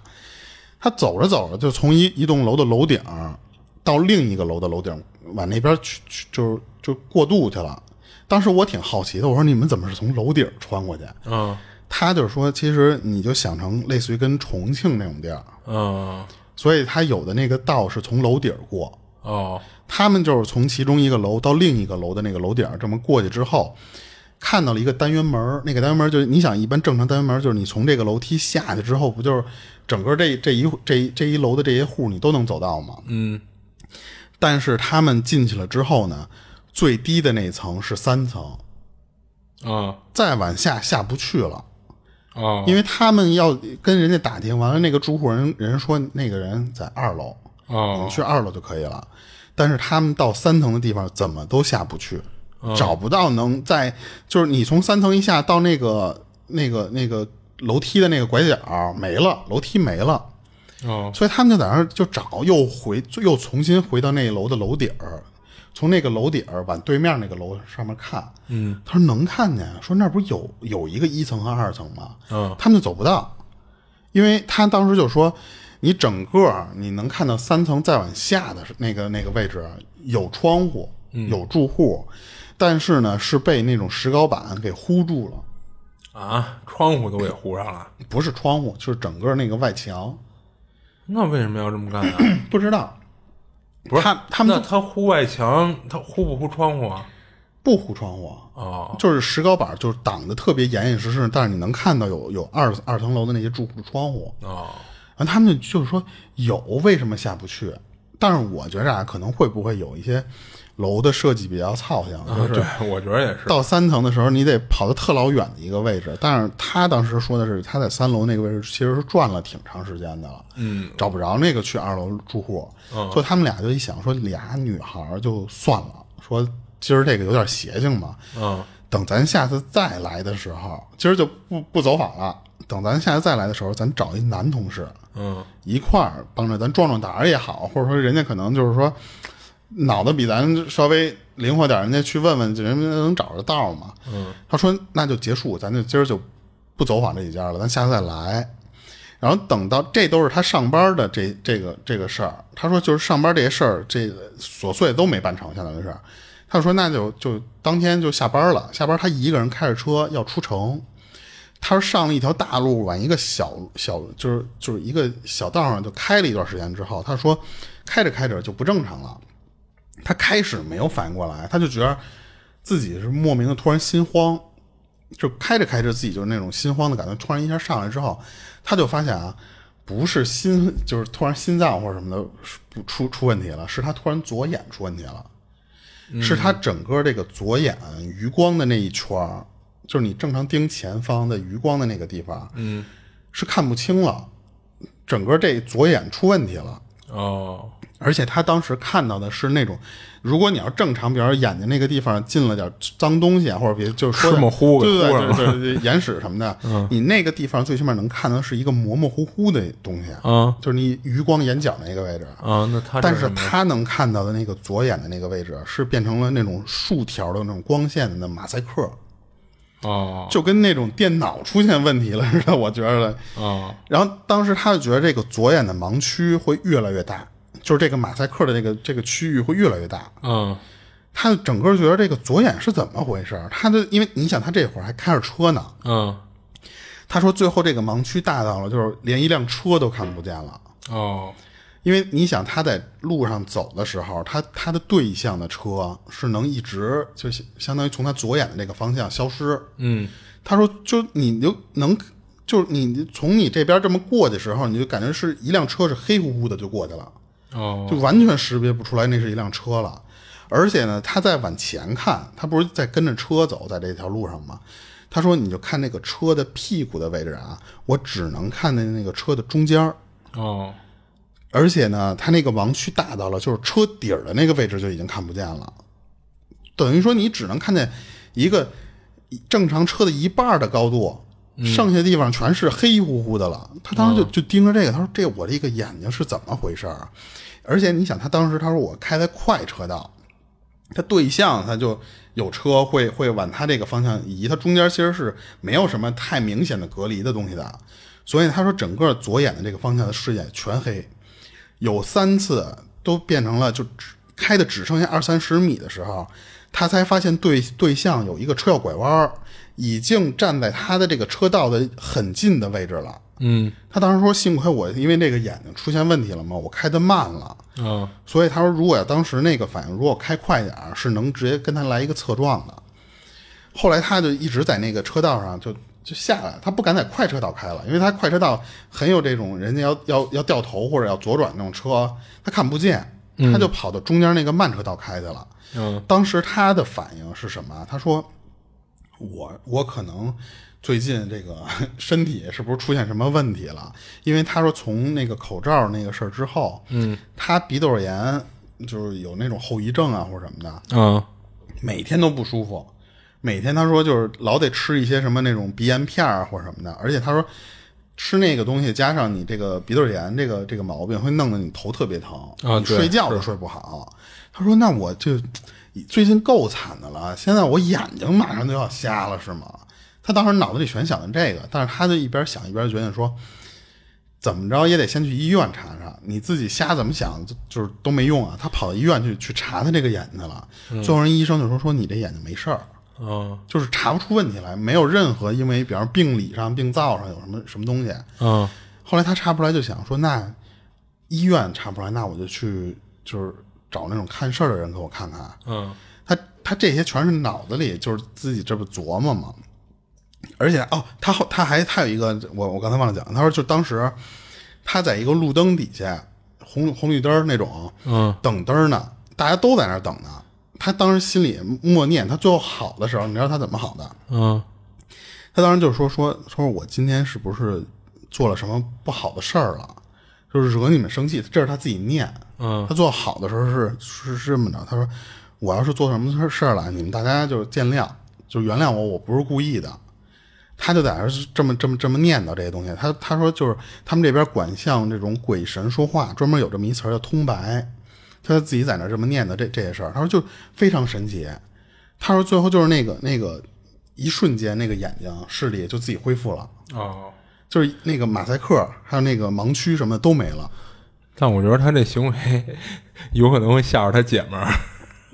他走着走着，就从一一栋楼的楼顶儿到另一个楼的楼顶，往那边去去就是就过渡去了。当时我挺好奇的，我说你们怎么是从楼顶儿穿过去？
嗯，
他就是说，其实你就想成类似于跟重庆那种地儿，
嗯，
所以他有的那个道是从楼顶儿过。
哦，
他们就是从其中一个楼到另一个楼的那个楼顶儿这么过去之后，看到了一个单元门儿，那个单元门儿就是你想一般正常单元门儿就是你从这个楼梯下去之后，不就是整个这这一这一这一楼的这些户你都能走到吗？嗯。但是他们进去了之后呢，最低的那层是三层，
嗯，
再往下下不去了。
哦，
因为他们要跟人家打听完了，那个住户人人说那个人在二楼，
哦
你们去二楼就可以了。但是他们到三层的地方怎么都下不去，找不到能在就是你从三层一下到那个那个那个楼梯的那个拐角没了，楼梯没了。
哦，
所以他们就在那儿就找，又回又重新回到那楼的楼顶儿，从那个楼顶儿往对面那个楼上面看。嗯，他说能看见，说那不是有有一个一层和二层吗？
嗯，
他们就走不到，因为他当时就说，你整个儿你能看到三层再往下的那个那个位置有窗户，有住户，但是呢是被那种石膏板给糊住了，
啊，窗户都给糊上了，
不是窗户，就是整个那个外墙，
那为什么要这么干
<coughs>
啊？
不知道。不是他，他们
那
就
他糊外墙，他糊不糊窗户啊？
不糊窗户，
哦，
就是石膏板，就是挡的特别严严实实，但是你能看到有有二二层楼的那些住户的窗户。
哦，
然后他们就就是说有，为什么下不去？但是我觉着啊，可能会不会有一些楼的设计比较操心，就是
对，我觉得也啊是。
到三层的时候，你得跑到特老远的一个位置。但是他当时说的是，他在三楼那个位置其实是转了挺长时间的了，嗯，找不着那个去二楼住户，所以他们俩就一想说，俩女孩儿就算了，说今儿这个有点邪性嘛，
嗯，
等咱下次再来的时候，今儿就不不走访了。等咱下次再来的时候，咱找一男同事，
嗯，
一块儿帮着咱壮壮胆儿也好，或者说人家可能就是说脑子比咱稍微灵活点儿，人家去问问，人家能找着道儿嘛。嗯，他说那就结束，咱就今儿就不走访这几家了，咱下次再来。然后等到这都是他上班的这这个这个事儿，他说就是上班这些事儿，这个琐碎都没办成，相当于是。他说那就就当天就下班了，下班他一个人开着车要出城，他说上了一条大路，往一个小小就是就是一个小道上就开了一段时间之后，他说开着开着就不正常了。他开始没有反应过来，他就觉得自己是莫名的突然心慌，就开着开着自己就是那种心慌的感觉，突然一下上来之后，他就发现啊，不是心就是突然心脏或者什么的不出出问题了，是他突然左眼出问题了，是他
嗯
整个这个左眼余光的那一圈儿，就是你正常盯前方的余光的那个地方，嗯，是看不清了，整个这左眼出问题了。
哦，
而且他当时看到的是那种，如果你要正常，比如说眼睛那个地方进了点脏东西啊，或者别就是说
是吗糊嗯
对对
糊上
对对对对，眼屎什么的，你那个地方最起码能看到是一个模模糊糊的东西，
啊
就是你余光眼角那个位置。
啊，那他
但
是
是
什么
他能看到的那个左眼的那个位置是变成了那种竖条的那种光线的那马赛克，
哦
就跟那种电脑出现问题了似的，我觉得。
哦
然后当时他就觉得这个左眼的盲区会越来越大，就是这个马赛克的这个这个区域会越来越大。
嗯
他就整个觉得这个左眼是怎么回事儿？他就因为你想，他这会儿还开着车呢。
嗯
他说最后这个盲区大到了，就是连一辆车都看不见了。
哦
因为你想，他在路上走的时候，他他的对向的车是能一直就是相当于从他左眼的这个方向消失。
嗯
他说，就你就能，就是你从你这边这么过的时候，你就感觉是一辆车是黑乎乎的就过去了，
哦
就完全识别不出来那是一辆车了。而且呢，他在往前看，他不是在跟着车走在这条路上吗？他说，你就看那个车的屁股的位置啊，我只能看见那个车的中间儿。
哦
而且呢，它那个盲区大到了，就是车底儿的那个位置就已经看不见了，等于说你只能看见一个正常车的一半儿的高度，剩下地方全是黑乎乎的了。他当时就就盯着这个，他说：“这我这个眼睛是怎么回事儿啊？”而且你想，他当时他说我开在快车道，他对象他就有车会会往他这个方向移，他中间其实是没有什么太明显的隔离的东西的，所以他说整个左眼的这个方向的视野全黑，有三次都变成了就只开的只剩下二三十米的时候，他才发现对对象有一个车要拐弯儿，已经站在他的这个车道的很近的位置了。
嗯
他当时说幸亏我因为这个眼睛出现问题了嘛，我开的慢了。
嗯
所以他说，如果要当时那个反应，如果开快点儿，是能直接跟他来一个侧撞的。后来他就一直在那个车道上就就下来，他不敢在快车道开了，因为他快车道很有这种人家要要要掉头或者要左转那种车，他看不见，他就跑到中间那个慢车道开去了。
嗯
当时他的反应是什么？他说：“我我可能最近这个 <laughs> 身体是不是出现什么问题了？因为他说从那个口罩那个事儿之后，嗯，他鼻窦炎就是有那种后遗症啊或者什么的，
嗯
每天都不舒服，每天他说就是老得吃一些什么那种鼻炎片儿啊或者什么的，而且他说吃那个东西加上你这个鼻窦炎这个这个毛病，会弄得你头特别疼
啊
你
对
睡觉都睡不好。他说那我就最近够惨的了，现在我眼睛马上就要瞎了是吗？他当时脑子里全想的这个，但是他就一边想一边决定说。怎么着也得先去医院查查，你自己瞎怎么想就就是都没用啊。他跑到医院去去查他这个眼睛去了，最后人医生就说说你这眼睛没事儿，
嗯
就是查不出问题来，没有任何因为比方说病理上、病灶上有什么什么东西。
嗯
后来他查不出来，就想说那医院查不出来，那我就去就是找那种看事儿的人给我看看。
嗯
他他这些全是脑子里就是自己这不琢磨嘛。而且哦，他后他还他有一个我我刚才忘了讲，他说就当时他在一个路灯底下红红绿灯儿那种，
嗯，
等灯儿呢，大家都在那儿等呢。他当时心里默念，他最后好的时候，你知道他怎么好的？
嗯
他当时就说说说我今天是不是做了什么不好的事儿了，就是惹你们生气，这是他自己念。
嗯，
他做好的时候是是是这么着，他说我要是做什么事事儿了，你们大家就见谅，就原谅我，我不是故意的。他就在那儿这么这么这么念叨这些东西。他他说就是他们这边管像这种鬼神说话，专门有这么一词儿叫通白。他自己在那儿这么念叨这这些事儿，他说就非常神奇。他说最后就是那个那个一瞬间，那个眼睛视力就自己恢复了，
哦。
就是那个马赛克还有那个盲区什么的都没了。
但我觉得他这行为有可能会吓着他姐们儿。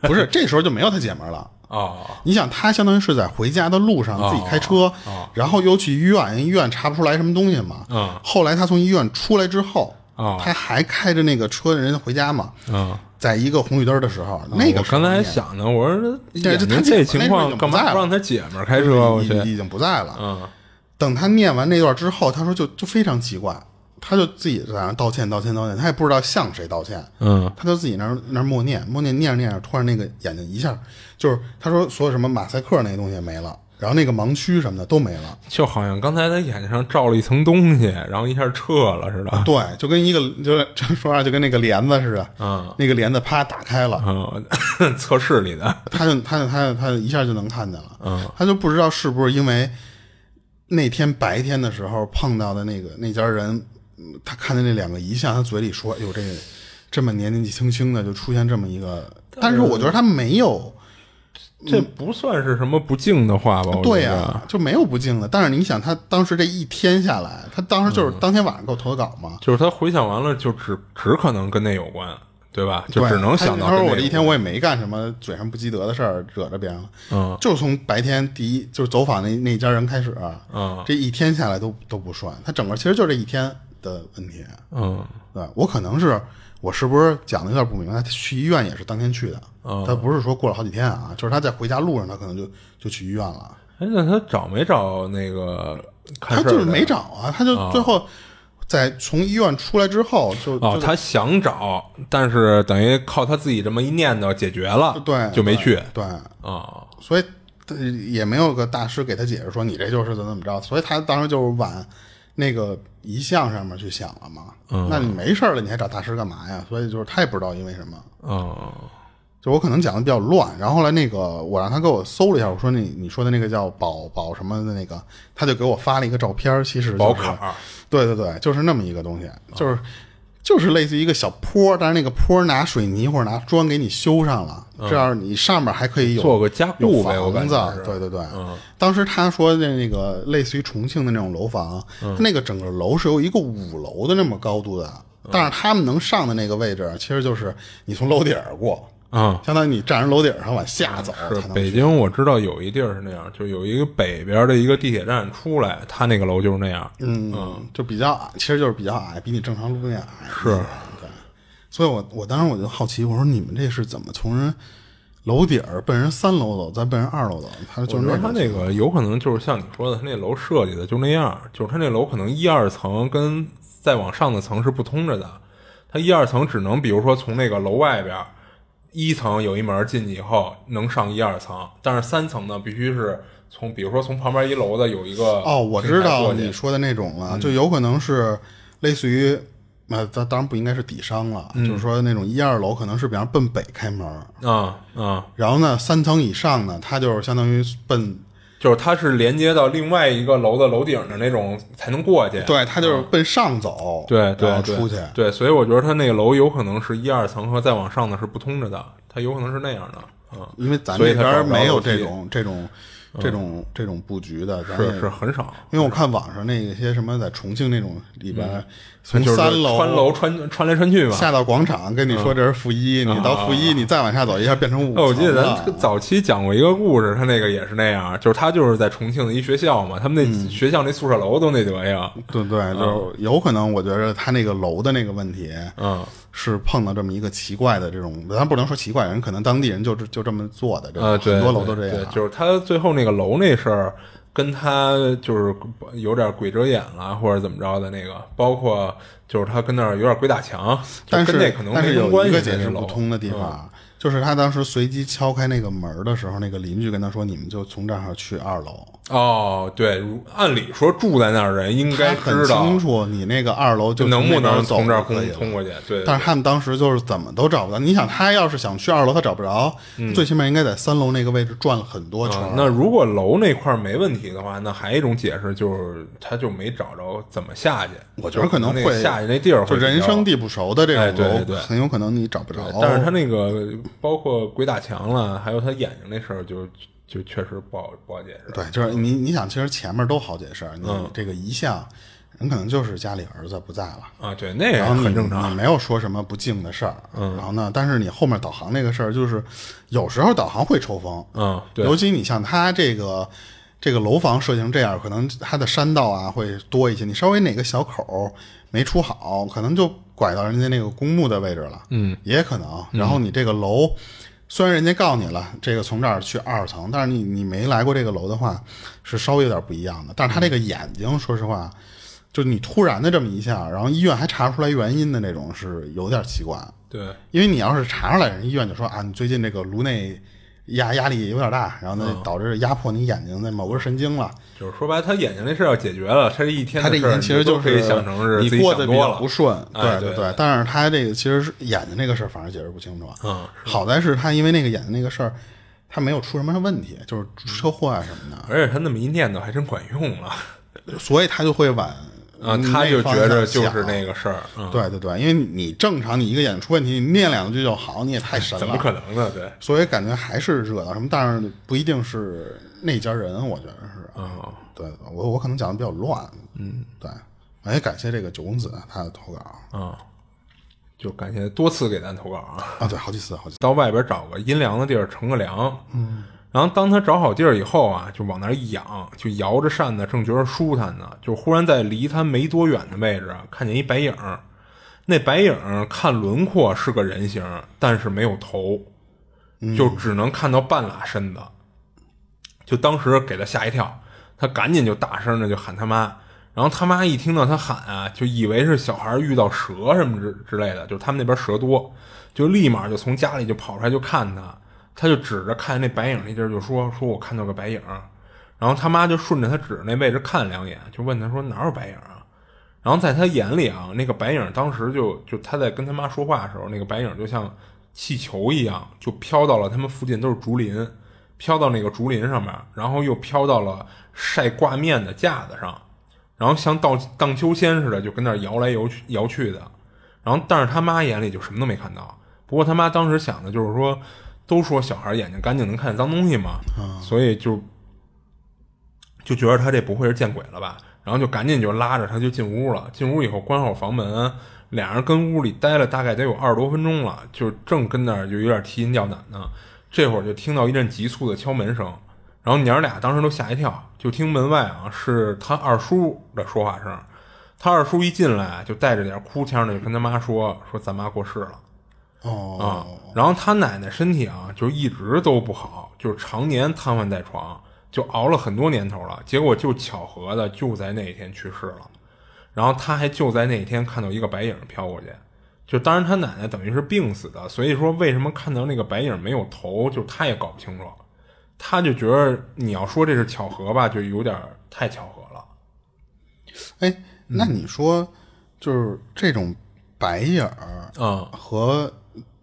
不是，这时候就没有他姐们儿了。
<laughs> 哦，
你想，他相当于是在回家的路上
啊
自己开车，然后又去医院，医院查不出来什么东西嘛。
嗯
后来他从医院出来之后，
哦
他还开着那个车，人家回家嘛。
嗯，
在一个红绿灯的时候，那个
啊我
时候
刚才还
念
想呢，我说
对这
眼睛
他姐们
这
儿
情
那时候已
况
经
干嘛
不在
不
了
让他姐们儿开车？啊我
已
去，
已经不在了。
嗯，
等他念完那段之后，他说就就非常奇怪，他就自己在那道歉道歉道歉，他也不知道向谁道歉，
嗯，
他就自己那儿那儿默念默念念着念着，突然那个眼睛一下就是他说所有什么马赛克那些东西没了，然后那个盲区什么的都没了，
就好像刚才他眼睛上罩了一层东西，然后一下撤了似的。
对，就跟一个就是这说啊话就跟那个帘子似的，
嗯
那个帘子啪打开了，
嗯，测试里的，
他就他就他就他就一下就能看见了，他就不知道是不是因
嗯
为那天白天的时候碰到的那个那家人，嗯他看见那两个遗像，他嘴里说：“哎呦，这这么年纪轻轻的就出现这么一个。”但是我觉得他没有，
这不算是什么不敬的话吧？我
嗯
觉得
对呀、就没有不敬的。但是你想，他当时这一天下来，他当时
嗯
就是当天晚上给我投的稿嘛，
就是他回想完了，就只只可能跟那有关，对吧？就
对
只能想到
他他
跟
说
那
我这一
有
天
关
我也没干什么嘴上不积德的事儿，惹着别人了。
嗯，
就从白天第一就是走访那那家人开始，啊
嗯
这一天下来都都不顺。他整个其实就这一天的问题，
嗯
对吧我可能是我是不是讲的有点不明白？他去医院也是当天去的，
嗯
他不是说过了好几天啊，就是他在回家路上，他可能就就去医院了。
哎，那他找没找那个看
他
事儿的？嗯
就是没找啊，他就最后在从医院出来之后就
哦，他想找，但是等于靠他自己这么一念叨解决了，
对
就没去
对，对
啊。
所以呃也没有个大师给他解释说你这就是怎么怎么着，所以他当时就是往那个遗像上面去想了嘛。那你没事儿了，你还找大师干嘛呀？所以就是他也不知道因为什么。
嗯
就我可能讲的比较乱，然后后来那个我让他给我搜了一下，我说你你说的那个叫宝宝什么的那个，他就给我发了一个照片儿，其实、就是、
宝卡，嗯
对对对，就是那么一个东西，就是就是类似于一个小坡，但是那个坡拿水泥或者拿砖给你修上了，这样你上面还可以有
嗯做个加固呗
有
我
房
感
子
觉是。嗯
对对对，当时他说的那个类似于重庆的那种楼房，
嗯
它那个整个楼是有一个五楼的那么高度的，
嗯
但是他们能上的那个位置，其实就是你从楼顶儿过，
嗯，
相当于你站人楼顶上往下走
是
才能
北京，我知道有一地儿是那样，就有一个北边的一个地铁站出来，他那个楼就是那样。
嗯，就比较矮，其实就是比较矮，比你正常路面矮。是，对。所以我我当时我就好奇，我说你们这是怎么从人楼顶儿奔人三楼走，再奔人二楼走？他说就
我
是
觉得
种
他那个有可能就是像你说的，他那楼设计的就那样，就是他那楼可能一二层跟再往上的层是不通着的，他一二层只能比如说从那个楼外边儿一层有一门进去以后能上一二层，但是三层呢必须是从比如说从旁边一楼的有一个
哦，我
平台
知道
过去嗯
你说的那种了，就有可能是类似于，呃，当当然不应该是底商了，
嗯
就是说那种一二楼可能是比方奔北开门儿，
啊啊，
然后呢三层以上呢，它就是相当于奔，
就是它是连接到另外一个楼的楼顶的那种才能过去。
对，它就是呃奔上走，
对对
然后
对，
出去，
对，所以我觉得他那个楼有可能是一二层和再往上的是不通着的，它有可能是那样的。嗯，
因为咱
所以
这
他找
边
不着
没有
楼梯
这种这种这种这种布局的，咱也
是是很少。
因为我看网上那些什么在重庆那种里边，从
嗯就是
三
穿楼穿穿来穿去嘛。
下到广场，跟你说这是负一，你到负一，你再往下走一下变成五层
哎，
了。
嗯我记得咱早期讲过一个故事，他那个也是那样，就是他就是在重庆的一学校嘛，他们那学校那宿舍楼都那德行。
对对，就是有可能，我觉得他那个楼的那个问题，
嗯，
是碰到这么一个奇怪的这种，咱不能说奇怪，人可能当地人就这就这么做的，这
呃，
种
对，
很多楼
对
都这
对
样。啊
就是他最后那个楼那事儿，跟他就是有点鬼遮眼了或者怎么着的那个，包括就是他跟那儿有点鬼打墙，就
但
跟那
是
可能没
但是
什么
有
关
一
系
个
那
解释
楼
不通的地方
嗯
啊，就是他当时随机敲开那个门儿的时候，那个邻居跟他说：“你们就从这儿去二楼。
哦，对，如按理说住在那儿的人应”
他
该
很
知道
清楚你那个二楼就
能
从
不
那边
能
走
从这儿
就可以
通
了
通过去。对对，
但是他们当时就是怎么都找不到。你想，他要是想去二楼，他找不着，最起码应该在三楼那个位置转了很多圈儿。
嗯啊那如果楼那块儿没问题的话，那还有一种解释就是他就没找着怎么下去。
我觉得可能
那
会
下去那地儿
就
会比较
人生地不熟的这
哎
种
对
楼，
对对
很有可能你找不着。
但是他那个包括鬼打墙了，还有他眼睛那事儿，就就确实不好不好解释。
对，就是你你想，其实前面都好解释，你
嗯
这个一项人可能就是家里儿子不在了。
啊，对，那个
然后你
很正常。
你没有说什么不敬的事儿，嗯，然后呢，但是你后面导航那个事儿，就是有时候导航会抽风，
嗯对
尤其你像它这个这个楼房设计成这样，可能它的山道啊会多一些，你稍微哪个小口儿没出好，可能就拐到人家那个公墓的位置了，嗯，也可能。然后你这个楼。虽然人家告你了，这个从这儿去二层，但是你你没来过这个楼的话，是稍微有点不一样的。但是他这个眼睛，说实话，就是你突然的这么一下，然后医院还查不出来原因的那种，是有点奇怪。
对，
因为你要是查出来，人医院就说啊，你最近这个颅内压压力有点大，然后呢导致压迫你眼睛的某根神经了。
就是说白，了，他眼睛那事儿要解决了，他这一天
他
的
这一
事儿
天其实
你都
就
可以想成是
你
自己
过
想
得比
多
较
了
不。顺，
哎
对
对对
但是他这个其实是眼睛这个事儿反而解释不清楚。啊
嗯，
好在是他因为那个眼睛那个事儿，他没有出什么问题，就是车祸啊什么的，
而且他那么一念叨，还真管用了。
所以他就会往
啊，他就觉着就是
嗯那方向想
那个事儿，嗯，
对对对，因为你正常，你一个眼睛出问题，你念两句就好，你也太神了。
<laughs> 怎么可？能呢？对，
所以感觉还是惹到什么，但是不一定是那家人，我觉得是。
嗯，
对我我可能讲的比较乱。嗯，对，我也感谢这个九公子他的投稿
嗯，就感谢多次给咱投稿啊，
啊，对，好几次，好几次。
到外边找个阴凉的地儿乘个凉，嗯，然后当他找好地儿以后啊，就往那儿一仰，就摇着扇子，正觉着舒坦呢，就忽然在离他没多远的位置啊看见一白影儿，那白影儿看轮廓是个人形，但是没有头，就只能看到半拉身子。就当时给他吓一跳，他赶紧就大声的就喊他妈，然后他妈一听到他喊啊，就以为是小孩遇到蛇什么之之类的，就是他们那边蛇多，就立马就从家里就跑出来就看他，他就指着看那白影那地儿就说说我看到个白影，然后他妈就顺着他指那位置看了两眼，就问他说哪有白影啊？然后在他眼里啊，那个白影当时就就他在跟他妈说话的时候，那个白影就像气球一样，就飘到了他们附近都是竹林，飘到那个竹林上面，然后又飘到了晒挂面的架子上，然后像荡荡秋千似的，就跟那儿摇来摇去摇去的。然后，但是他妈眼里就什么都没看到。不过他妈当时想的就是说，都说小孩眼睛干净能看见脏东西嘛，所以就就觉得他这不会是见鬼了吧？然后就赶紧就拉着他就进屋了。进屋以后关好房门，俩人跟屋里待了大概得有二十多分钟了，就正跟那儿就有点提心吊胆呢。这会儿就听到一阵急促的敲门声，然后娘儿俩当时都吓一跳，就听门外啊是他二叔的说话声。他二叔一进来就带着点哭腔的就跟他妈说说咱妈过世了。啊
哦，，
然后他奶奶身体啊，就一直都不好，就是常年瘫痪在床，就熬了很多年头了。结果就巧合的就在那一天去世了。然后他还就在那一天看到一个白影飘过去，就当然他奶奶等于是病死的，所以说为什么看到那个白影没有头，就他也搞不清楚。他就觉得你要说这是巧合吧，就有点太巧合了。
哎，那你说，就是这种白眼儿
嗯，
和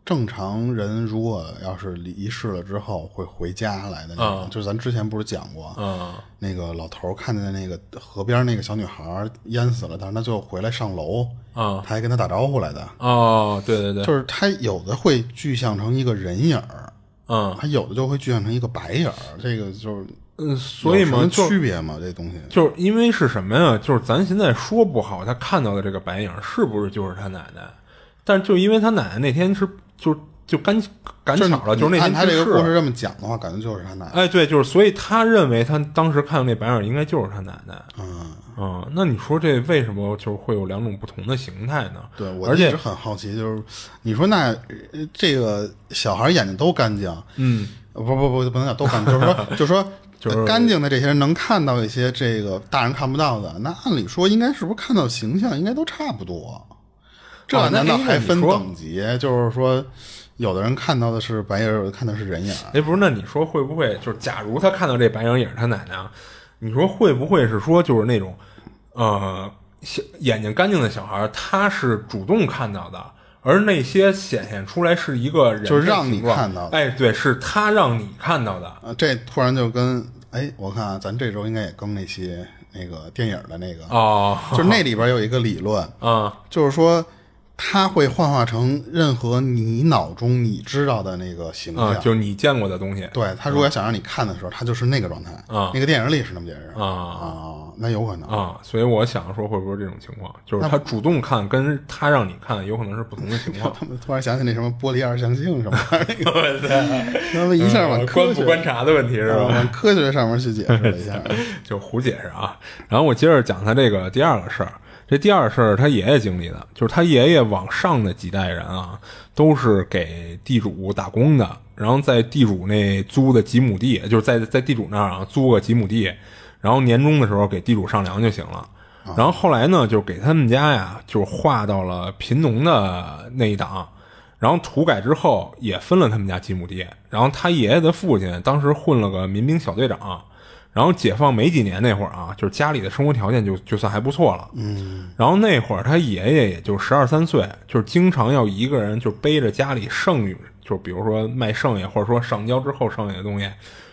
正常人如果要是离世了之后会回家来的那种，就是咱之前不是讲过，
嗯，
那个老头儿看见那个河边那个小女孩儿淹死了，但是他最后回来上楼，
嗯
他还跟他打招呼来的，
哦，对对对，
就是他有的会具象成一个人影儿，
嗯
他有的就会具象成一个白影儿，这个就是
嗯，所以
有什
嘛，
么
就
区别嘛，这东西
就是因为是什么呀？就是咱现在说不好，他看到的这个白影是不是就是他奶奶？但是就因为他奶奶那天是就就赶赶
就是
巧了，就是
你
那
按
天
他
去
这个
世
故事
了。
这么讲的话，感觉就是他
<laughs>
奶奶。
哎，对，就是所以他认为他当时看到那白影应该就是他奶奶。
嗯，
嗯，那你说这为什么就是会有两种不同的形态呢？
对，我
而
一
且
直很好奇，就是你说那呃这个小孩眼睛都干净，
嗯，
呃不不不，不能讲都干净，就是说就是说
<laughs> 就是
干净的这些人能看到一些这个大人看不到的，那按理说应该是不是看到形象应该都差不多？这
哦那
难道
哎
还
那你
分
说
等级？就是说，有的人看到的是白眼儿，有的看的是人眼儿。
哎，不是，那你说会不会就是，假如他看到这白羊也是他奶奶啊？你说会不会是说就是那种，呃，小眼睛干净的小孩儿，他是主动看到的，而那些显现出来是一个人的
就是让你
形状
看到的
哎，对，是他让你看到的。
啊，这突然就跟哎，我看啊，咱这周应该也更那些那个电影的那个，
哦，
就是那里边有一个理论，
啊，
就是说它会幻化成任何你脑中你知道的那个形象。
啊，就是你见过的东西。
对他如
嗯
果想让你看的时候，他就是那个状态
啊
那个电影里是那么解释
啊
啊，那有可能。
啊，所以我想说，会不会这种情况，就是他主动看跟他让你看，有可能是不同的情况。
他们 <laughs> 突然想起那什么玻璃二象性什么
<laughs>
玩意儿，那 <laughs> 么一下往科学
呃观嗯不嗯观察的问题是吧？
啊往科学上面去解释了一下。
就胡解释啊。然后我接着讲他这个第二个事儿，这第二个事儿他爷爷经历的，就是他爷爷往上的几代人啊，都是给地主打工的，然后在地主那租的几亩地，就是在在地主那儿啊租个几亩地，然后年终的时候给地主上粮就行了。然后后来呢，就给他们家呀，就划到了贫农的那一档，然后土改之后也分了他们家几亩地。然后他爷爷的父亲当时混了个民兵小队长，然后解放没几年那会儿啊，就是家里的生活条件就就算还不错了。嗯，然后那会儿他爷爷也就十二三岁，就是经常要一个人就背着家里剩余，就是比如说卖剩下或者说上交之后剩下的东西，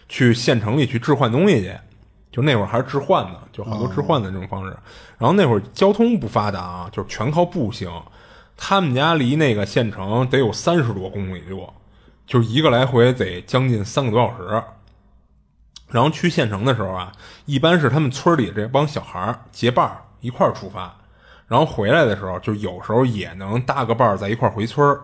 去县城里去置换东西去。就那会儿还是置换的，就好多置换的这种方式。然后那会儿交通不发达啊，就是全靠步行。他们家离那个县城得有三十多公里多，就是一个来回得将近三个多小时。然后去县城的时候啊，一般是他们村里这帮小孩儿结伴儿一块儿出发，然后回来的时候，就有时候也能搭个伴儿在一块儿回村儿。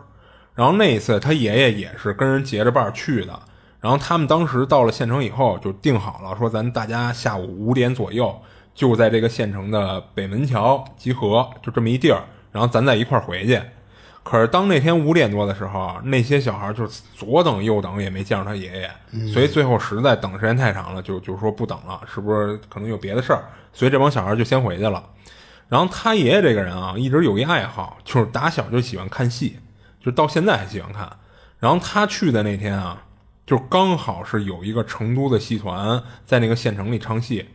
然后那一次，他爷爷也是跟人结着伴儿去的。然后他们当时到了县城以后，就定好了，说咱大家下午五点左右就在这个县城的北门桥集合，就这么一地儿，然后咱再一块儿回去。可是当那天五点多的时候，那些小孩就是左等右等也没见着他爷爷，所以最后实在等时间太长了，就就说不等了，是不是可能有别的事儿？所以这帮小孩就先回去了。然后他爷爷这个人啊，一直有一爱好，就是打小就喜欢看戏，就是到现在还喜欢看。然后他去的那天啊，就刚好是有一个成都的戏团在那个县城里唱戏，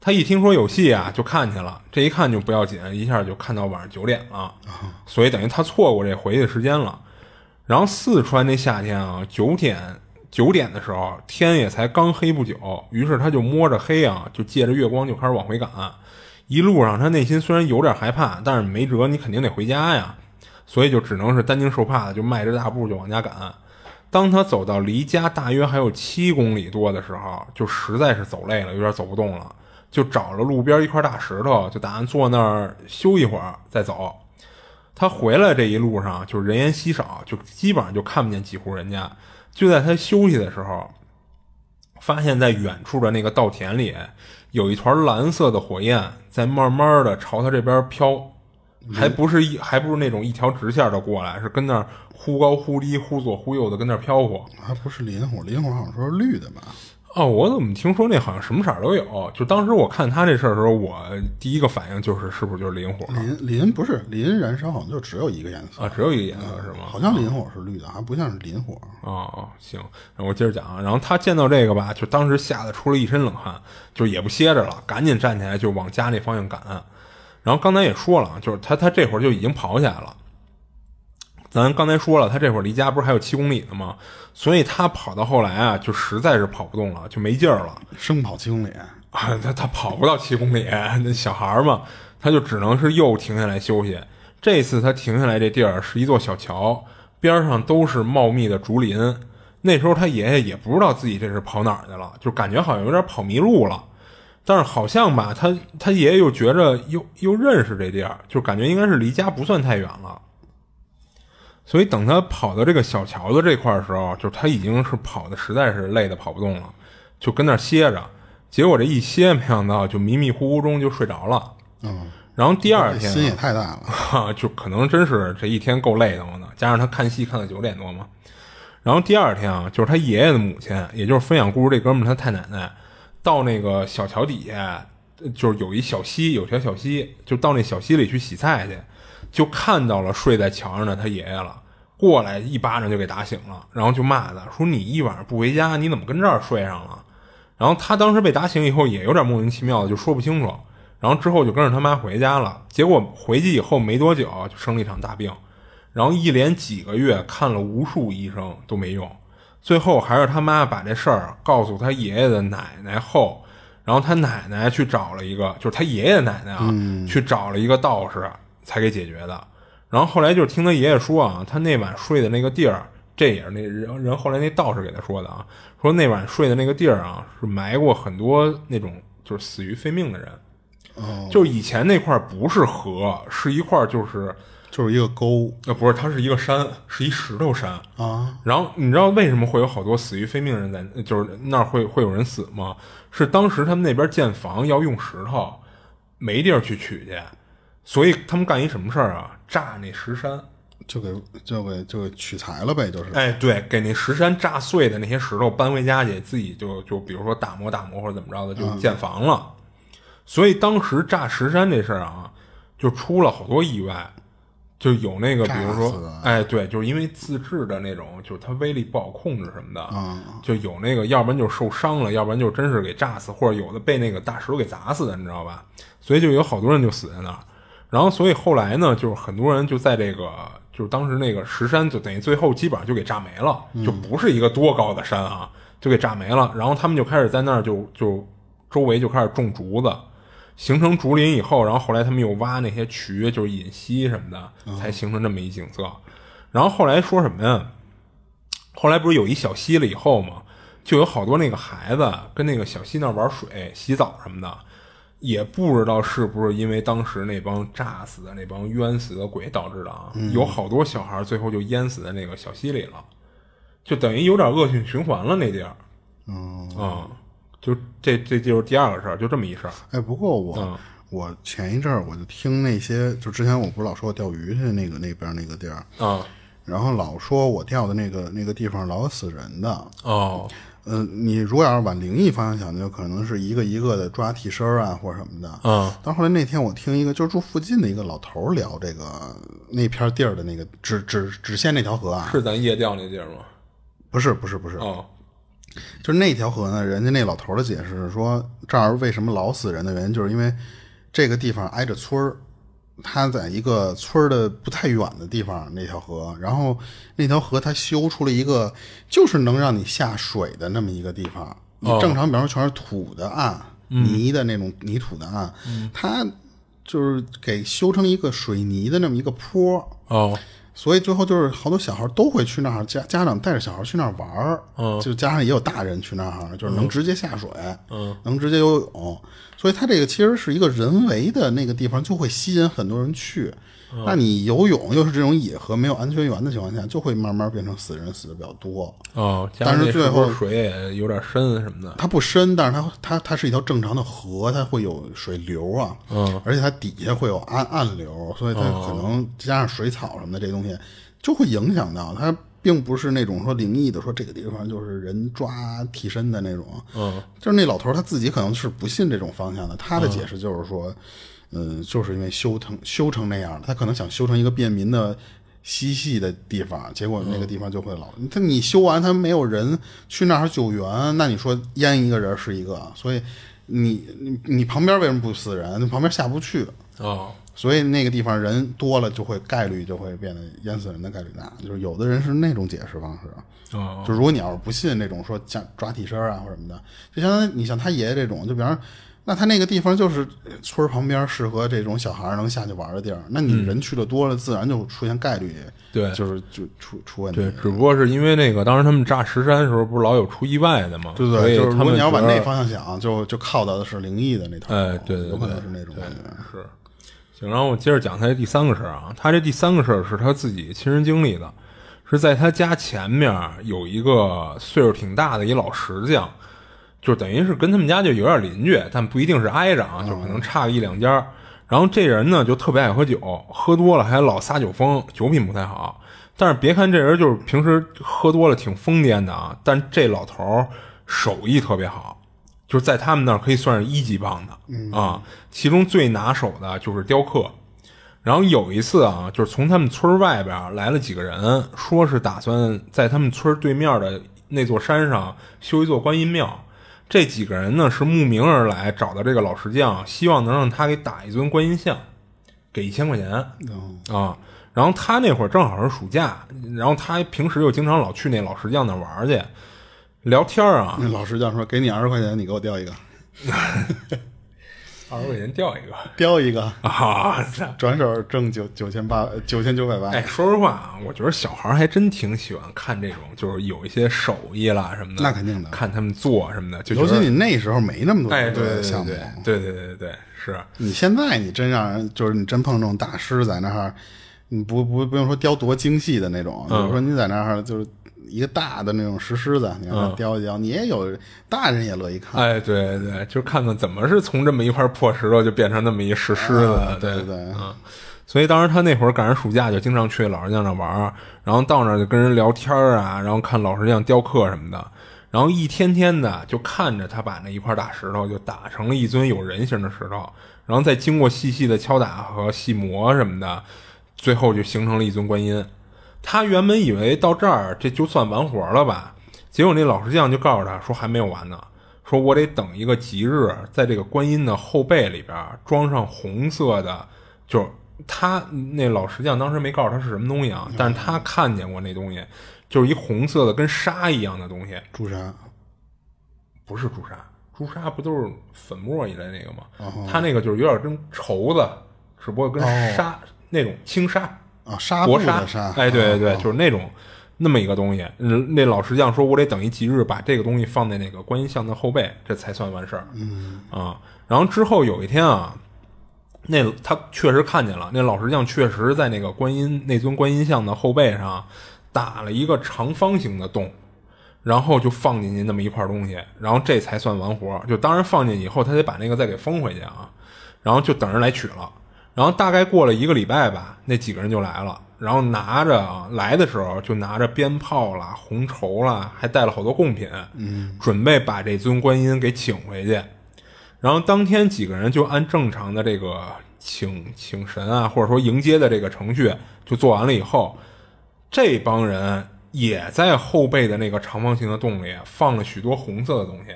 他一听说有戏啊，就看去了。这一看就不要紧，一下就看到晚上九点了，所以等于他错过这回去的时间了。然后四川那夏天啊，九点九点的时候，天也才刚黑不久，于是他就摸着黑啊，就借着月光就开始往回赶。一路上他内心虽然有点害怕，但是没辙，你肯定得回家呀，所以就只能是担惊受怕的，就迈着大步就往家赶。当他走到离家大约还有七公里多的时候，就实在是走累了，有点走不动了，就找了路边一块大石头，就打算坐那儿休一会儿再走。他回来这一路上就人烟稀少，就基本上就看不见几户人家。就在他休息的时候，发现在远处的那个稻田里有一团蓝色的火焰在慢慢的朝他这边飘，还不是一还不是那种一条直线的过来，是跟那儿忽高忽低、忽左忽右的跟那儿飘过。
还不是磷火，磷火好像说是绿的吧？
哦，我怎么听说那好像什么色儿都有？就当时我看他这事儿的时候，我第一个反应就是是不是就是磷火
磷磷不是磷燃烧，好像就只有一个颜色，
啊？只有一个颜色是吗？
好像磷火是绿的，还不像是磷火。
哦，哦行，然后我接着讲啊。然后他见到这个吧，就当时吓得出了一身冷汗，就也不歇着了，赶紧站起来就往家那方向赶。然后刚才也说了啊，就是他他这会儿就已经跑起来了。咱刚才说了，他这会儿离家不是还有七公里呢吗？所以他跑到后来啊，就实在是跑不动了，就没劲儿了。
生跑七公里，
啊， <laughs> 他他跑不到七公里， <laughs> 那小孩儿嘛，他就只能是又停下来休息。这次他停下来这地儿是一座小桥，边儿上都是茂密的竹林。那时候他爷爷也不知道自己这是跑哪儿去了，就感觉好像有点跑迷路了。但是好像吧，他他爷爷又觉着又又认识这地儿，就感觉应该是离家不算太远了。所以等他跑到这个小桥的这块儿的时候，就是他已经是跑的实在是累的跑不动了，就跟那儿歇着。结果这一歇，没想到就迷迷糊糊中就睡着了。
嗯，
然后第二天啊、
心也太大
<laughs>
了。
哈，就可能真是这一天够累的了呢，加上他看戏看到九点多嘛。然后第二天啊，就是他爷爷的母亲，也就是分享故事这哥们儿他太奶奶，到那个小桥底下，呃就是有一小溪，有条小溪，就到那小溪里去洗菜去，就看到了睡在桥上的他爷爷了。过来一巴掌就给打醒了，然后就骂他说：“你一晚上不回家，你怎么跟这儿睡上了？”然后他当时被打醒以后也有点莫名其妙的，就说不清楚。然后之后就跟着他妈回家了，结果回去以后没多久就生了一场大病，然后一连几个月看了无数医生都没用，最后还是他妈把这事儿告诉他爷爷的奶奶后，然后他奶奶去找了一个，就是他爷爷的奶奶啊，去找了一个道士才给解决的。然后后来就是听他爷爷说啊，他那晚睡的那个地儿，啊这也是那人人后来那道士给他说的啊，说那晚睡的那个地儿啊，是埋过很多那种就是死于非命的人。就是以前那块儿不是河，是一块儿就是
就是一个沟
呃不是，它是一个山，是一石头山。
啊，
然后你知道为什么会有好多死于非命人在，呃就是那儿会会有人死吗？是当时他们那边建房要用石头，没地儿去取去，所以他们干一什么事儿啊？炸那石山。
就给就给就给取材了呗，就是
哎，对，给那石山炸碎的那些石头搬回家去，自己就就比如说打磨打磨或者怎么着的，就建房了。所以当时炸石山这事儿啊，就出了好多意外，就有那个比
炸
如
死
说
的，
哎，对，就是因为自制的那种，就是它威力不好控制什么的，
嗯
就有那个，要不然就受伤了，要不然就真是给炸死，或者有的被那个大石头给砸死的，你知道吧？所以就有好多人就死在那儿。然后，所以后来呢，就是很多人就在这个，就是当时那个石山，就等于最后基本上就给炸没了，
嗯
就不是一个多高的山啊，就给炸没了。然后他们就开始在那儿就就周围就开始种竹子，形成竹林以后，然后后来他们又挖那些渠，就是引溪什么的，才形成这么一景色。然后后来说什么呀？后来不是有一小溪了以后嘛，就有好多那个孩子跟那个小溪那儿玩水、洗澡什么的，也不知道是不是因为当时那帮炸死的那帮冤死的鬼导致的啊，有好多小孩最后就淹死在那个小溪里了，就等于有点恶性循环了那地儿。嗯就这这就是第二个事儿，就这么一事儿。
哎，不过我、
嗯
我前一阵儿我就听那些，就之前我不是老说我钓鱼去那个那边那个地儿，
啊
然后老说我钓的那个那个地方老有死人的。
哦
嗯、你如果要是往灵异方向想，就可能是一个一个的抓替身儿啊，或者什么的。
嗯
但后来那天我听一个就是住附近的一个老头儿聊这个那片地儿的那个只只只限那条河啊，
是咱夜钓那地儿吗？
不是不是不是，
哦
就是那条河呢，人家那老头儿的解释是说，这儿为什么老死人的原因，就是因为这个地方挨着村儿，它在一个村儿的不太远的地方那条河，然后那条河它修出了一个就是能让你下水的那么一个地方。你正常，比方说全是土的岸、泥的那种泥土的岸，它就是给修成一个水泥的那么一个坡儿，
哦
所以最后就是好多小孩都会去那儿，家家长带着小孩去那儿玩儿，就加上也有大人去那儿，就是能直接下水，嗯，能直接游泳，所以它这个其实是一个人为的那个地方，就会吸引很多人去。那你游泳又是这种野河没有安全员的情况下，就会慢慢变成死人死的比较多。
哦，加
但
上
是
那
最
时候
后
水也有点深什么的。
它不深，但是它它它是一条正常的河，它会有水流啊，嗯，而且它底下会有暗暗流，所以它可能加上水草什么的这东西，就会影响到它，并不是那种说灵异的，说这个地方就是人抓替身的那种，嗯，就是那老头儿他自己可能是不信这种方向的，他的解释就是说，嗯，就是因为修成修成那样了，他可能想修成一个便民的嬉戏的地方，结果那个地方就会老。他你修完，他没有人去那儿救援，那你说淹一个人是一个，所以你你你旁边为什么不死人？你旁边下不去，
哦
所以那个地方人多了就会概率就会变得淹死人的概率大。就是有的人是那种解释方式，啊
哦
就如果你要是不信那种说像抓替身啊或者什么的，就相当于你像他爷爷这种，就比方说，那他那个地方就是村儿旁边适合这种小孩儿能下去玩的地儿，那你人去的多了，自然就出现概率，
对
就是就出出问题。
对，只不过是因为那个当时他们炸石山的时候，不是老有出意外的吗？
对对
所以
对，就是
他
如果
们
你要往
觉得
那方向想，就就靠到的是灵异的那头，
哎对对对
有可能是那种感觉。
是。行，然后我接着讲他这第三个事儿啊，他这第三个事儿是他自己亲身经历的，是在他家前面有一个岁数挺大的一老石匠，就等于是跟他们家就有点邻居，但不一定是挨着啊，就可能差个一两家儿。然后这人呢，就特别爱喝酒，喝多了还老撒酒疯，酒品不太好。但是别看这人就是平时喝多了挺疯癫的啊，但这老头儿手艺特别好，就是在他们那儿可以算是一级棒的、啊。其中最拿手的就是雕刻。然后有一次啊，就是从他们村儿外边儿来了几个人，说是打算在他们村儿对面的那座山上修一座观音庙。这几个人呢是慕名而来，找到这个老石匠，希望能让他给打一尊观音像，给一千块钱。啊。然后他那会儿正好是暑假，然后他平时又经常老去那老石匠那玩儿去，聊天儿啊，
那老石匠说：“给你二十块钱，你给我雕一个，
二十块钱掉一个
雕一个。
啊！操”
转手挣九九千八九千九百八
哎，，说实话啊，我觉得小孩儿还真挺喜欢看这种，就是有一些手艺啦什么的，
那肯定的
看他们做什么的，就觉
尤
得
其你那时候没那么多
哎，对对对
项目，
对对对对对，是
你现在你真让人就是你真碰这种大师在那儿，你不不不用说雕多精细的那种，比
嗯
如说你在那儿就是一个大的那种石狮子，你让他雕一雕，你也有大人也乐意看，
嗯哎，对对对，就是看看怎么是从这么一块破石头就变成那么一石狮子，对
啊
啊
对不对？
所以当时他那会儿赶上暑假，就经常去老石匠那玩儿，然后到那儿就跟人聊天儿啊，然后看老石匠雕刻什么的，然后一天天的就看着他把那一块大石头就打成了一尊有人形的石头，然后再经过细细的敲打和细磨什么的，最后就形成了一尊观音。他原本以为到这儿这就算完活了吧，结果那老石匠就告诉他说还没有完呢，说我得等一个吉日，在这个观音的后背里边装上红色的，就是他那老石匠当时没告诉他是什么东西啊，但是他看见过那东西，就是一红色的跟沙一样的东西，
朱砂
不是朱砂，朱砂不都是粉末一类那个吗？他那个就是有点跟绸子，只不过跟沙、那种轻纱
啊，纱布
薄
的
纱，哎，对对对，就是那种那么一个东西。嗯那老石匠说，我得等一吉日把这个东西放在那个观音像的后背，这才算完事儿。嗯啊，然后之后有一天啊，那他确实看见了，那老石匠确实在那个观音那尊观音像的后背上打了一个长方形的洞。然后就放进去那么一块东西，然后这才算完活儿。就当然放进去以后，他得把那个再给封回去啊，然后就等人来取了。然后大概过了一个礼拜吧，那几个人就来了，然后拿着啊，来的时候就拿着鞭炮啦、红绸啦，还带了好多贡品，嗯，准备把这尊观音给请回去。然后当天几个人就按正常的这个请请神啊，或者说迎接的这个程序就做完了以后，这帮人也在后背的那个长方形的洞里放了许多红色的东西，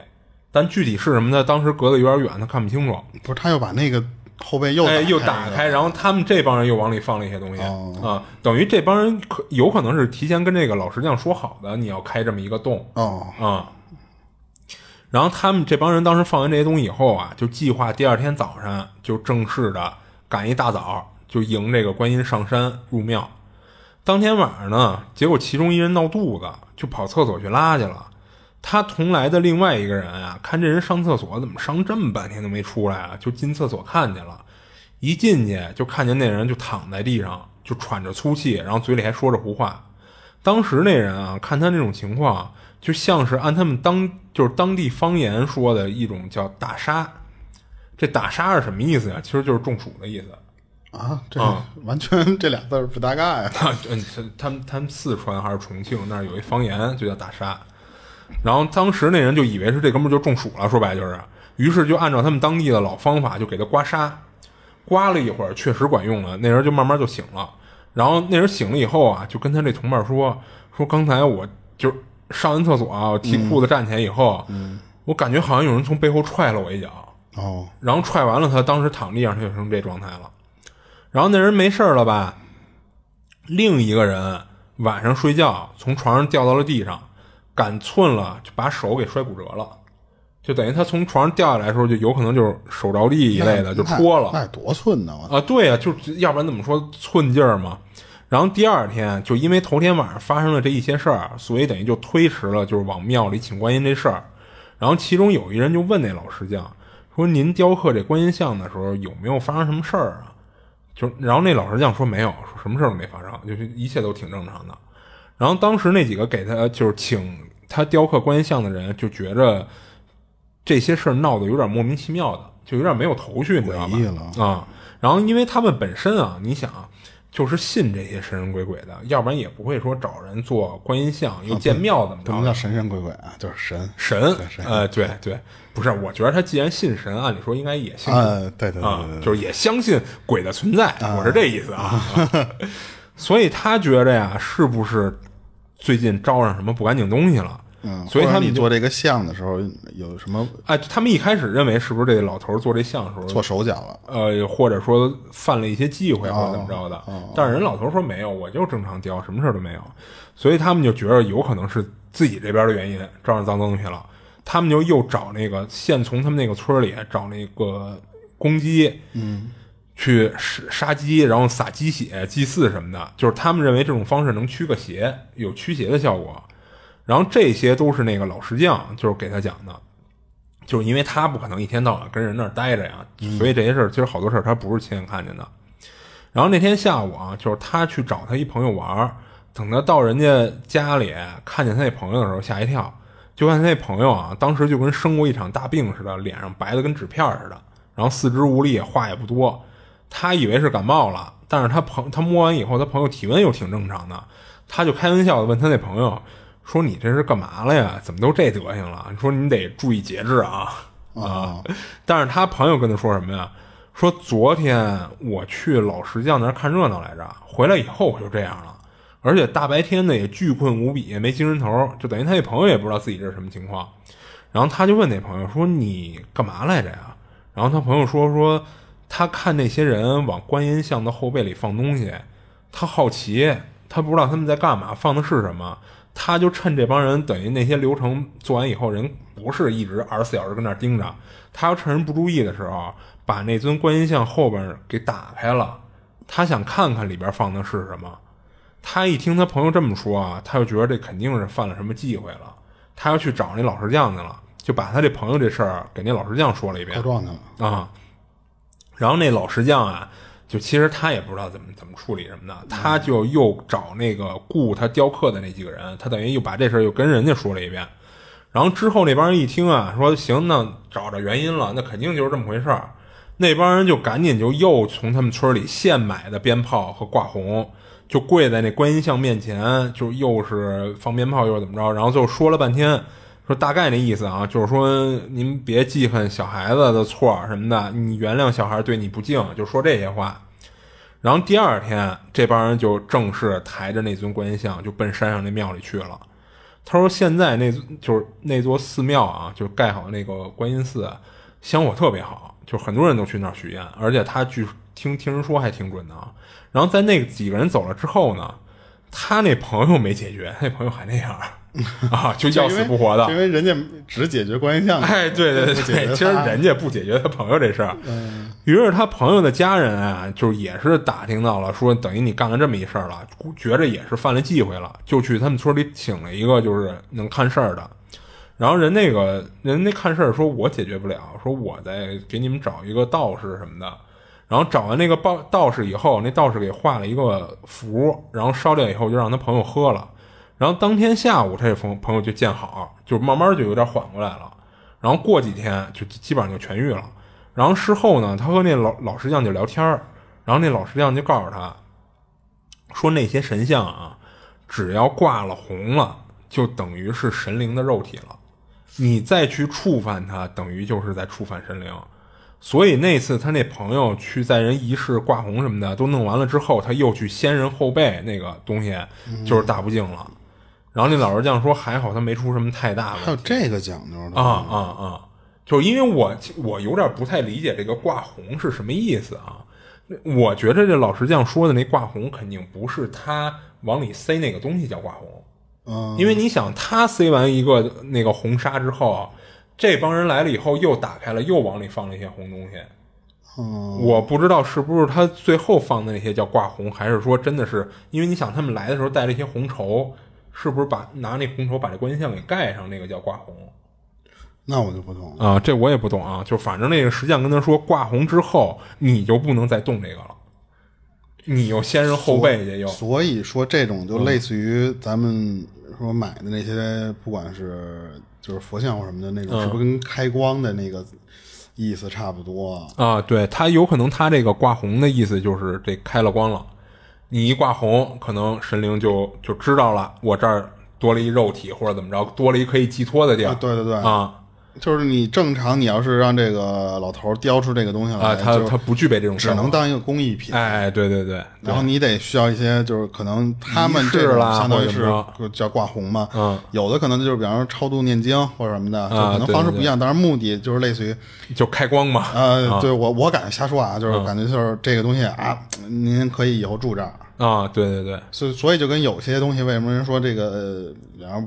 但具体是什么呢？当时隔得有点远，他看不清楚。
不是他又把那个后背又
哎，又
打
打开，然后他们这帮人又往里放了一些东西啊、
哦
等于这帮人可有可能是提前跟这个老石匠说好的，你要开这么一个洞
哦，
啊、然后他们这帮人当时放完这些东西以后啊，就计划第二天早上就正式的赶一大早就迎这个观音上山入庙。当天晚上呢，结果其中一人闹肚子，就跑厕所去拉去了。他同来的另外一个人啊，看这人上厕所怎么上这么半天都没出来啊，就进厕所看去了。一进去就看见那人就躺在地上，就喘着粗气，然后嘴里还说着胡话。当时那人啊，看他那种情况，就像是按他们当就是当地方言说的一种叫打沙。这打沙是什么意思呀、啊其实就是中暑的意思。
啊，这
啊
完全这俩字儿不搭嘎呀，
啊，嗯，他他们他们四川还是重庆那儿有一方言就叫打沙，然后当时那人就以为是这哥们儿就中暑了，说白了就是，于是就按照他们当地的老方法就给他刮痧，刮了一会儿确实管用了，那人就慢慢就醒了，然后那人醒了以后啊，就跟他这同伴说说刚才我就上完厕所啊，我提裤子站起来以后，我感觉好像有人从背后踹了我一脚，
哦，
然后踹完了他，当时躺地上他就成这状态了。然后那人没事儿了吧？另一个人晚上睡觉从床上掉到了地上，赶寸了就把手给摔骨折了，就等于他从床上掉下来的时候就有可能就是手着地一类的就
那
戳了，
那得多寸呢，我
啊，对呀、就是要不然怎么说寸劲儿嘛。然后第二天就因为头天晚上发生了这一些事儿，所以等于就推迟了，就是往庙里请观音这事儿。然后其中有一人就问那老石匠说：“您雕刻这观音像的时候有没有发生什么事儿啊？”就然后那老石匠说没有，说什么事儿都没发生，就是一切都挺正常的。然后当时那几个给他就是请他雕刻观音像的人就觉着这些事儿闹得有点莫名其妙的，就有点没有头绪，你知道吧
诡异了？
啊、然后因为他们本身啊，你想啊就是信这些神神鬼鬼的，要不然也不会说找人做观音像又建庙怎么
不
着
能
的。
叫神神鬼鬼啊，就是神
神
啊对，神
呃，对对，不是，我觉得他既然信神，按理说应该也信鬼
啊，对对对
啊
对对，，
就是也相信鬼的存在，我是这意
<laughs>
思啊。所以他觉着呀，是不是最近招上什么不干净东西了？
嗯，
所以
或
他
者
们
你
就
做这个像的时候有什么
哎，他们一开始认为是不是这老头儿做这像的时候
做手脚了？
呃，或者说犯了一些忌讳或者怎么着的。但是人老头说没有，我就正常雕，什么事儿都没有，所以他们就觉得有可能是自己这边的原因招上脏东西了。他们就又找那个现从他们那个村儿里找那个公鸡，嗯，去杀杀鸡，然后撒鸡血祭祀什么的，就是他们认为这种方式能驱个邪，有驱邪的效果。然后这些都是那个老石匠就是给他讲的，就是因为他不可能一天到晚跟人那儿待着呀，所以这些事儿其实好多事儿他不是亲眼看见的。然后那天下午啊，就是他去找他一朋友玩儿，等他到人家家里看见他那朋友的时候，吓一跳，就看他那朋友啊，当时就跟生过一场大病似的，脸上白的跟纸片儿似的，然后四肢无力，话也不多。他以为是感冒了，但是他朋他摸完以后，他朋友体温又挺正常的，他就开玩笑的问他那朋友说：“你这是干嘛了呀？怎么都这德行了？你说你得注意节制啊啊！”但是他朋友跟他说什么呀？说昨天我去老石匠那儿看热闹来着，回来以后我就这样了，而且大白天的也巨困无比，也没精神头儿，就等于他那朋友也不知道自己这是什么情况。然后他就问那朋友说：“你干嘛来着呀？”然后他朋友说：“说他看那些人往观音像的后背里放东西，他好奇，他不知道他们在干嘛，放的是什么。他就趁这帮人等于那些流程做完以后，人不是一直二十四小时跟那儿盯着，他要趁人不注意的时候，把那尊观音像后边给打开了，他想看看里边放的是什么。”他一听他朋友这么说啊，他就觉得这肯定是犯了什么忌讳了，他要去找那老石匠去了，就把他这朋友这事儿给那老石匠说了一遍
告。状去了，
啊。然后那老石匠啊，就其实他也不知道怎么怎么处理什么的，他就又找那个雇他雕刻的那几个人，他等于又把这事儿又跟人家说了一遍。然后之后那帮人一听啊，说行，那找着原因了，那肯定就是这么回事儿。那帮人就赶紧就又从他们村里现买的鞭炮和挂红，就跪在那观音像面前，就又是放鞭炮又是怎么着，然后最后说了半天，说大概那意思啊，就是说您别记恨小孩子的错儿什么的，你原谅小孩对你不敬，就说这些话。然后第二天，这帮人就正式抬着那尊观音像，就奔山上那庙里去了。他说：“现在那就是那座寺庙啊，就是盖好那个观音寺，香火特别好，就很多人都去那儿许愿，而且他据听听人说还挺准的啊。然后在那几个人走了之后呢，他那朋友没解决，他那朋友还那样儿啊，就要死不活的，
因为人家只解决关系项目。
哎，对对
不解
对
决啊嗯
对，其实
他
人家不解决他朋友这事儿，于是他朋友的家人啊，就是也是打听到了，说等于你干了这么一事儿了，觉着也是犯了忌讳了，就去他们村里请了一个就是能看事儿的，然后人那个人那看事儿说，我解决不了，说我再给你们找一个道士什么的。然后找完那个道道士以后，那道士给画了一个符，然后烧掉以后就让他朋友喝了。然后当天下午，他这朋朋友就见好，就慢慢就有点缓过来了。然后过几天就基本上就痊愈了。然后事后呢，他和那老老石匠就聊天儿，然后那老石匠就告诉他，说那些神像啊，只要挂了红了，就等于是神灵的肉体了。你再去触犯它，等于就是在触犯神灵。所以那次他那朋友去在人仪式挂红什么的都弄完了之后，他又去掀人后背那个东西，就是大不敬了。然后那老石匠说，还好他没出什么太大问题。
还有这个讲究的
啊啊啊！就是因为我我有点不太理解这个挂红是什么意思啊。我觉着这老石匠说的那挂红肯定不是他往里塞那个东西叫挂红，
嗯，
因为你想他塞完一个那个红纱之后，啊这帮人来了以后又打开了，又往里放了一些红东西。
嗯
我不知道是不是他最后放的那些叫挂红，还是说真的是因为你想他们来的时候带了一些红绸，是不是把拿那红绸把这观音像给盖上，那个叫挂红？
那我就不懂了。
啊，这我也不懂啊，就反正那个石匠跟他说，挂红之后你就不能再动这个了，你又先人后背去又
所以说这种
嗯
就类似于咱们说买的那些，不管是就是佛像或什么的
嗯
那种，是不是跟开光的那个意思差不多？
啊，对他有可能他这个挂红的意思就是这开了光了，你一挂红，可能神灵就就知道了，我这儿多了一肉体或者怎么着，多了一可以寄托的地儿。
啊对对对
啊
就是你正常，你要是让这个老头儿雕出这个东西来，
啊，他
哎就
他不具备这种
只
效
能
果
当一个工艺品。
哎，对对对，
然后你得需要一些，就是可能他们这
仪式
种
啦
相当于
或者
是
怎么
叫挂红嘛，
嗯，
有的可能就是比方说超度念经或者什么的，就可能
对
方式
对
不一样，当然目的就是类似于，
就开光嘛。
呃，对我我感觉瞎说啊，
嗯
就是感觉就是这个东西啊，您可以以后住这儿，
啊，对对对，
所以所以就跟有些东西为什么人说这个，呃然后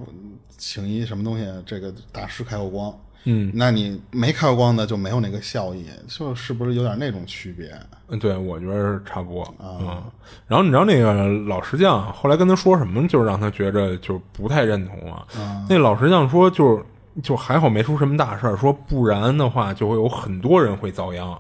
请一什么东西，这个大师开过光，嗯，那你没开过光的就没有那个效益，就是不是有点那种区别？
嗯，对，我觉得是差不多
啊
嗯，然后你知道那个老石匠后来跟他说什么，就是让他觉着就不太认同啊。那老石匠说就，是就还好没出什么大事儿，说不然的话就会有很多人会遭殃。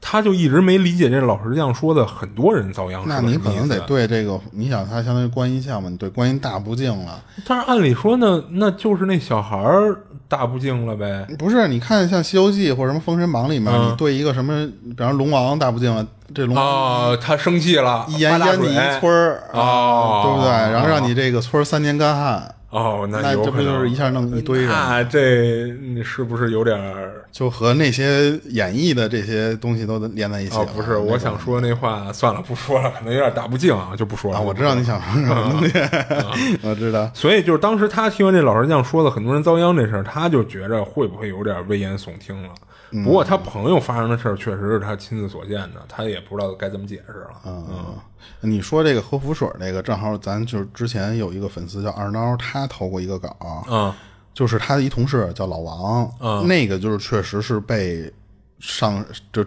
他就一直没理解这老石匠说的很多人遭哦殃是
那
个
你
什么
可
意
能得
思啊
对这个，你想他相当于观音像嘛，你对观音大不敬了。
但是按理说呢，那就是那小孩儿大不敬了呗。
不是，你看像《西游记》或者什么《封神榜》里面，
嗯
你对一个什么，比方龙王大不敬了，这龙王
啊，他生气了，
嗯一言
发大
淹你
水
一村儿，啊
哦
对不对？然后让你这个村儿三年干旱，
哦，
那
有
这
可
不
能
就是一下弄一堆人？
那这你是不是有点儿？
就和那些演绎的这些东西都连在一起了。
哦，不是，
那
我想说那话，算了，不说了，可能有点大不敬啊，就不说了。
啊，我知道你想说什么东
嗯
西， <laughs> 我知道。
所以就是当时他听完这老石匠说的很多人遭殃这事儿，他就觉着会不会有点危言耸听了。
嗯
不过他朋友发生的事儿确实是他亲自所见的，他也不知道该怎么解释了。嗯，
你说这个喝符水儿那个，正好咱就是之前有一个粉丝叫二孬，他投过一个稿，
嗯，
就是他的一同事叫老王，那个就是确实是被上就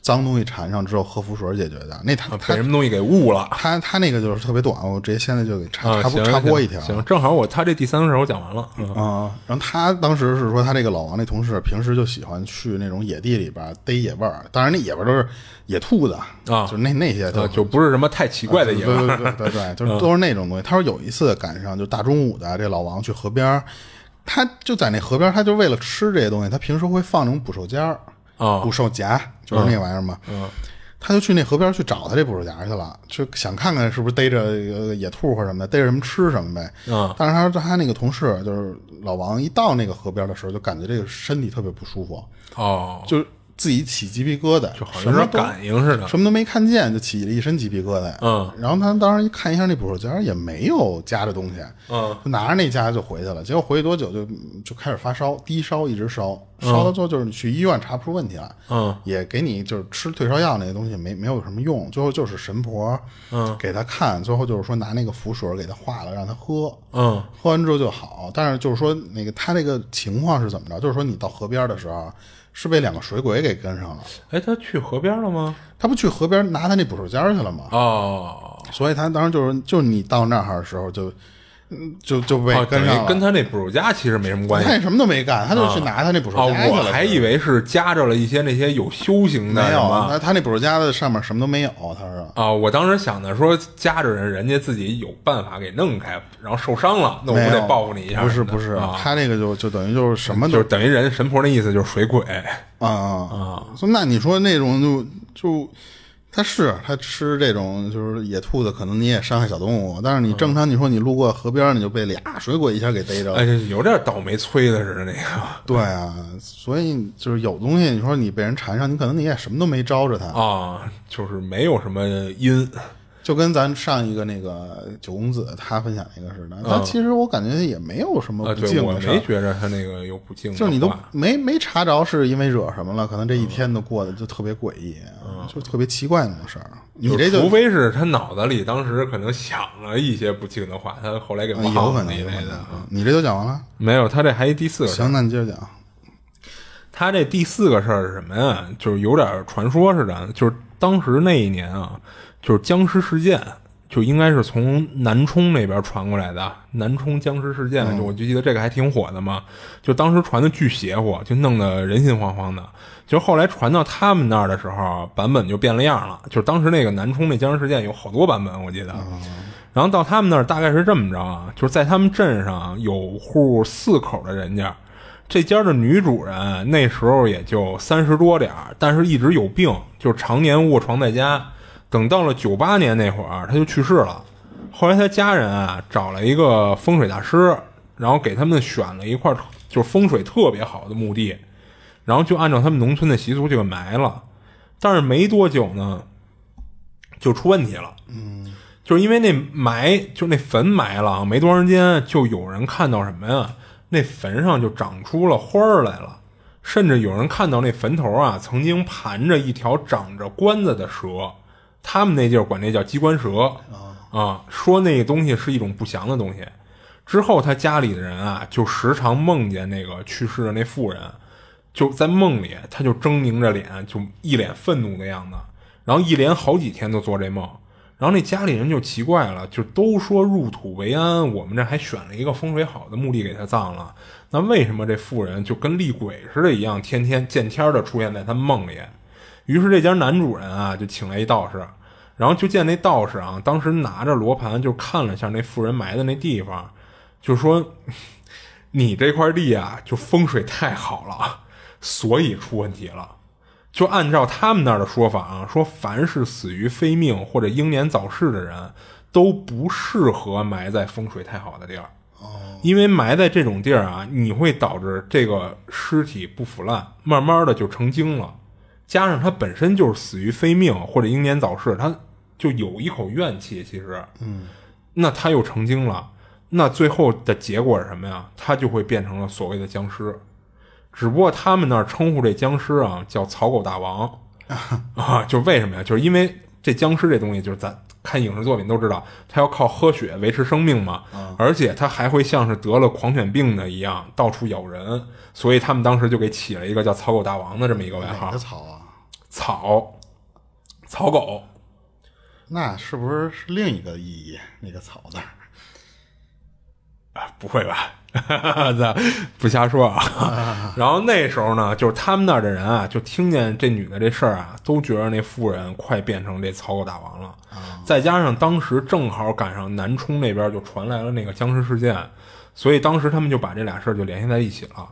脏东西缠上之后喝符水儿解决的。那他
啊
他
被什么东西给误了
他他那个就是特别短，我直接现在就给插
啊？
插播
行
插播一
行
条。
行，正好我他这第三个事儿我讲完了。嗯
啊、然后他当时是说，他这个老王那同事平时就喜欢去那种野地里边逮野味儿，当然那野味儿都是野兔子
啊
就是那那些就、
呃，就不是什么太奇怪的野味
嗯对
儿嗯
对对对对，
<laughs>
就是都是那种东西。他说有一次赶上就大中午的，这老王去河边儿，他就在那河边儿，他就为了吃这些东西，他平时会放那种捕兽夹儿
啊
捕兽夹就是那玩意儿嘛，嗯。他就去那河边儿去找他这捕兽夹去了，去想看看是不是逮着呃野兔或者什么的，逮着什么吃什么呗。
嗯
但是他说他那个同事就是老王，一到那个河边儿的时候，就感觉这个身体特别不舒服，
哦，
就是自己起鸡皮疙瘩，
就好
什
像有
么
点
都
感应似的。
什么都没看见，就起了一身鸡皮疙瘩。
嗯，
然后他当时一看一下那捕手夹，也没有夹着东西，
嗯，
就拿着那夹就回去了。结果回去多久就就开始发烧，低烧一直烧，烧到最后就是你去医院查不出问题来，
嗯，
也给你就是吃退烧药那些东西没没有什么用，最后就是神婆，嗯，给他看，最后就是说拿那个符水给他化了，让他喝，
嗯，
喝完之后就好。但是就是说那个他这个情况是怎么着？就是说你到河边的时候是被两个水鬼给跟上了。
哎，他去河边了吗？
他不去河边拿他那捕兽夹去了吗？
哦，
所以他当时就是，就是你到那儿的时候就，嗯就就被
哦，等
跟上了，
于跟他那捕手夹其实没什么关系
他。也什么都没干，他就去拿他那捕兽
哦，
夹去了。
我还以为是夹着了一些那些有修行的
没
什
有，
么
他他那捕兽夹的上面什么都没有，他说。
啊，我当时想的说夹着人，人家自己有办法给弄开，然后受伤了，那我
没
不
有
得报复你一下？
不是不是，
啊，
他那个就就等于就是什么都
就是等于人神婆那意思就是水鬼
啊啊！所以那你说那种就就，他是他吃这种就是野兔子，可能你也伤害小动物，但是你正
嗯
常你说你路过河边儿，你就被俩水鬼一下给逮着了，
哎，有点倒霉催的似的那个
对啊，所以就是有东西，你说你被人缠上，你可能你也什么都没招着他，
啊，就是没有什么因
就跟咱上一个那个九公子他分享那个似的。但其实我感觉也没有什么
嗯啊，
不
对
敬
我
的事
没
儿，
觉着他那个有不敬的话，
就是你都没没查着是因为惹什么了，可能
嗯
这一天都过得就特别诡异，就特别奇怪那种事儿。你这
就
就
除非是他脑子里当时可能想了一些不敬的话，他后来给
啊有
忘
可
了
能，
一
有可
类
能
的。
啊你这就讲完了。
没有，他这还一第四个事儿
行，那你接着讲。
他这第四个事儿是什么呀？就是有点儿传说似的，就是当时那一年啊，就是僵尸事件，就应该是从南充那边传过来的。南充僵尸事件，就我就记得这个还挺火的嘛，就当时传的巨邪乎，就弄得人心惶惶的。就后来传到他们那儿的时候，版本就变了样了。就是当时那个南充那僵尸事件有好多版本，我记得。然后到他们那儿大概是这么着啊，就是在他们镇上有户四口的人家，这家的女主人那时候也就三十多点儿，但是一直有病，就是常年卧床在家。等到了九八年那会儿，他就去世了。后来他家人啊找了一个风水大师，然后给他们选了一块儿就是风水特别好的墓地，然后就按照他们农村的习俗就给埋了。但是没多久呢，就出问题了。嗯，就是因为那埋就是那坟埋了啊，没多长时间，就有人看到什么呀？那坟上就长出了花儿来了，甚至有人看到那坟头啊，曾经盘着一条长着关子的蛇，他们那地儿管那叫鸡冠蛇啊，说那个东西是一种不祥的东西。之后他家里的人啊，就时常梦见那个去世的那妇人，就在梦里，他就狰狞着脸，就一脸愤怒的样子，然后一连好几天都做这梦。然后那家里人就奇怪了，就都说入土为安，我们这还选了一个风水好的墓地给他葬了，那为什么这妇人就跟厉鬼似的一样，天天见天的出现在他们梦里？于是这家男主人啊，就请来一道士，然后就见那道士啊，当时拿着罗盘就看了下那妇人埋的那地方，就说：“你这块地啊，就风水太好了，所以出问题了。”就按照他们那儿的说法啊，说凡是死于非命或者英年早逝的人，都不适合埋在风水太好的地儿。因为埋在这种地儿啊，你会导致这个尸体不腐烂，慢慢的就成精了。加上他本身就是死于非命或者英年早逝，他就有一口怨气。其实，嗯，那他又成精了，那最后的结果是什么呀？他就会变成了所谓的僵尸。只不过他们那儿称呼这僵尸啊叫草狗大王 <laughs> 啊，就是为什么呀？就是因为这僵尸这东西，就是咱看影视作品都知道，它要靠喝血维持生命嘛，而且它还会像是得了狂犬病的一样到处咬人，所以他们当时就给起了一个叫草狗大王的这么一个外
哪
号
个，草啊？
草草狗。
那是不是是另一个意义？那个草字儿，
啊不会吧？ <laughs> 咱不瞎说啊。 <laughs> 然后那时候呢，就是他们那儿的人啊，就听见这女的这事儿啊，都觉得那妇人快变成这草狗大王了。
啊
再加上当时正好赶上南充那边就传来了那个僵尸事件，所以当时他们就把这俩事儿就联系在一起了。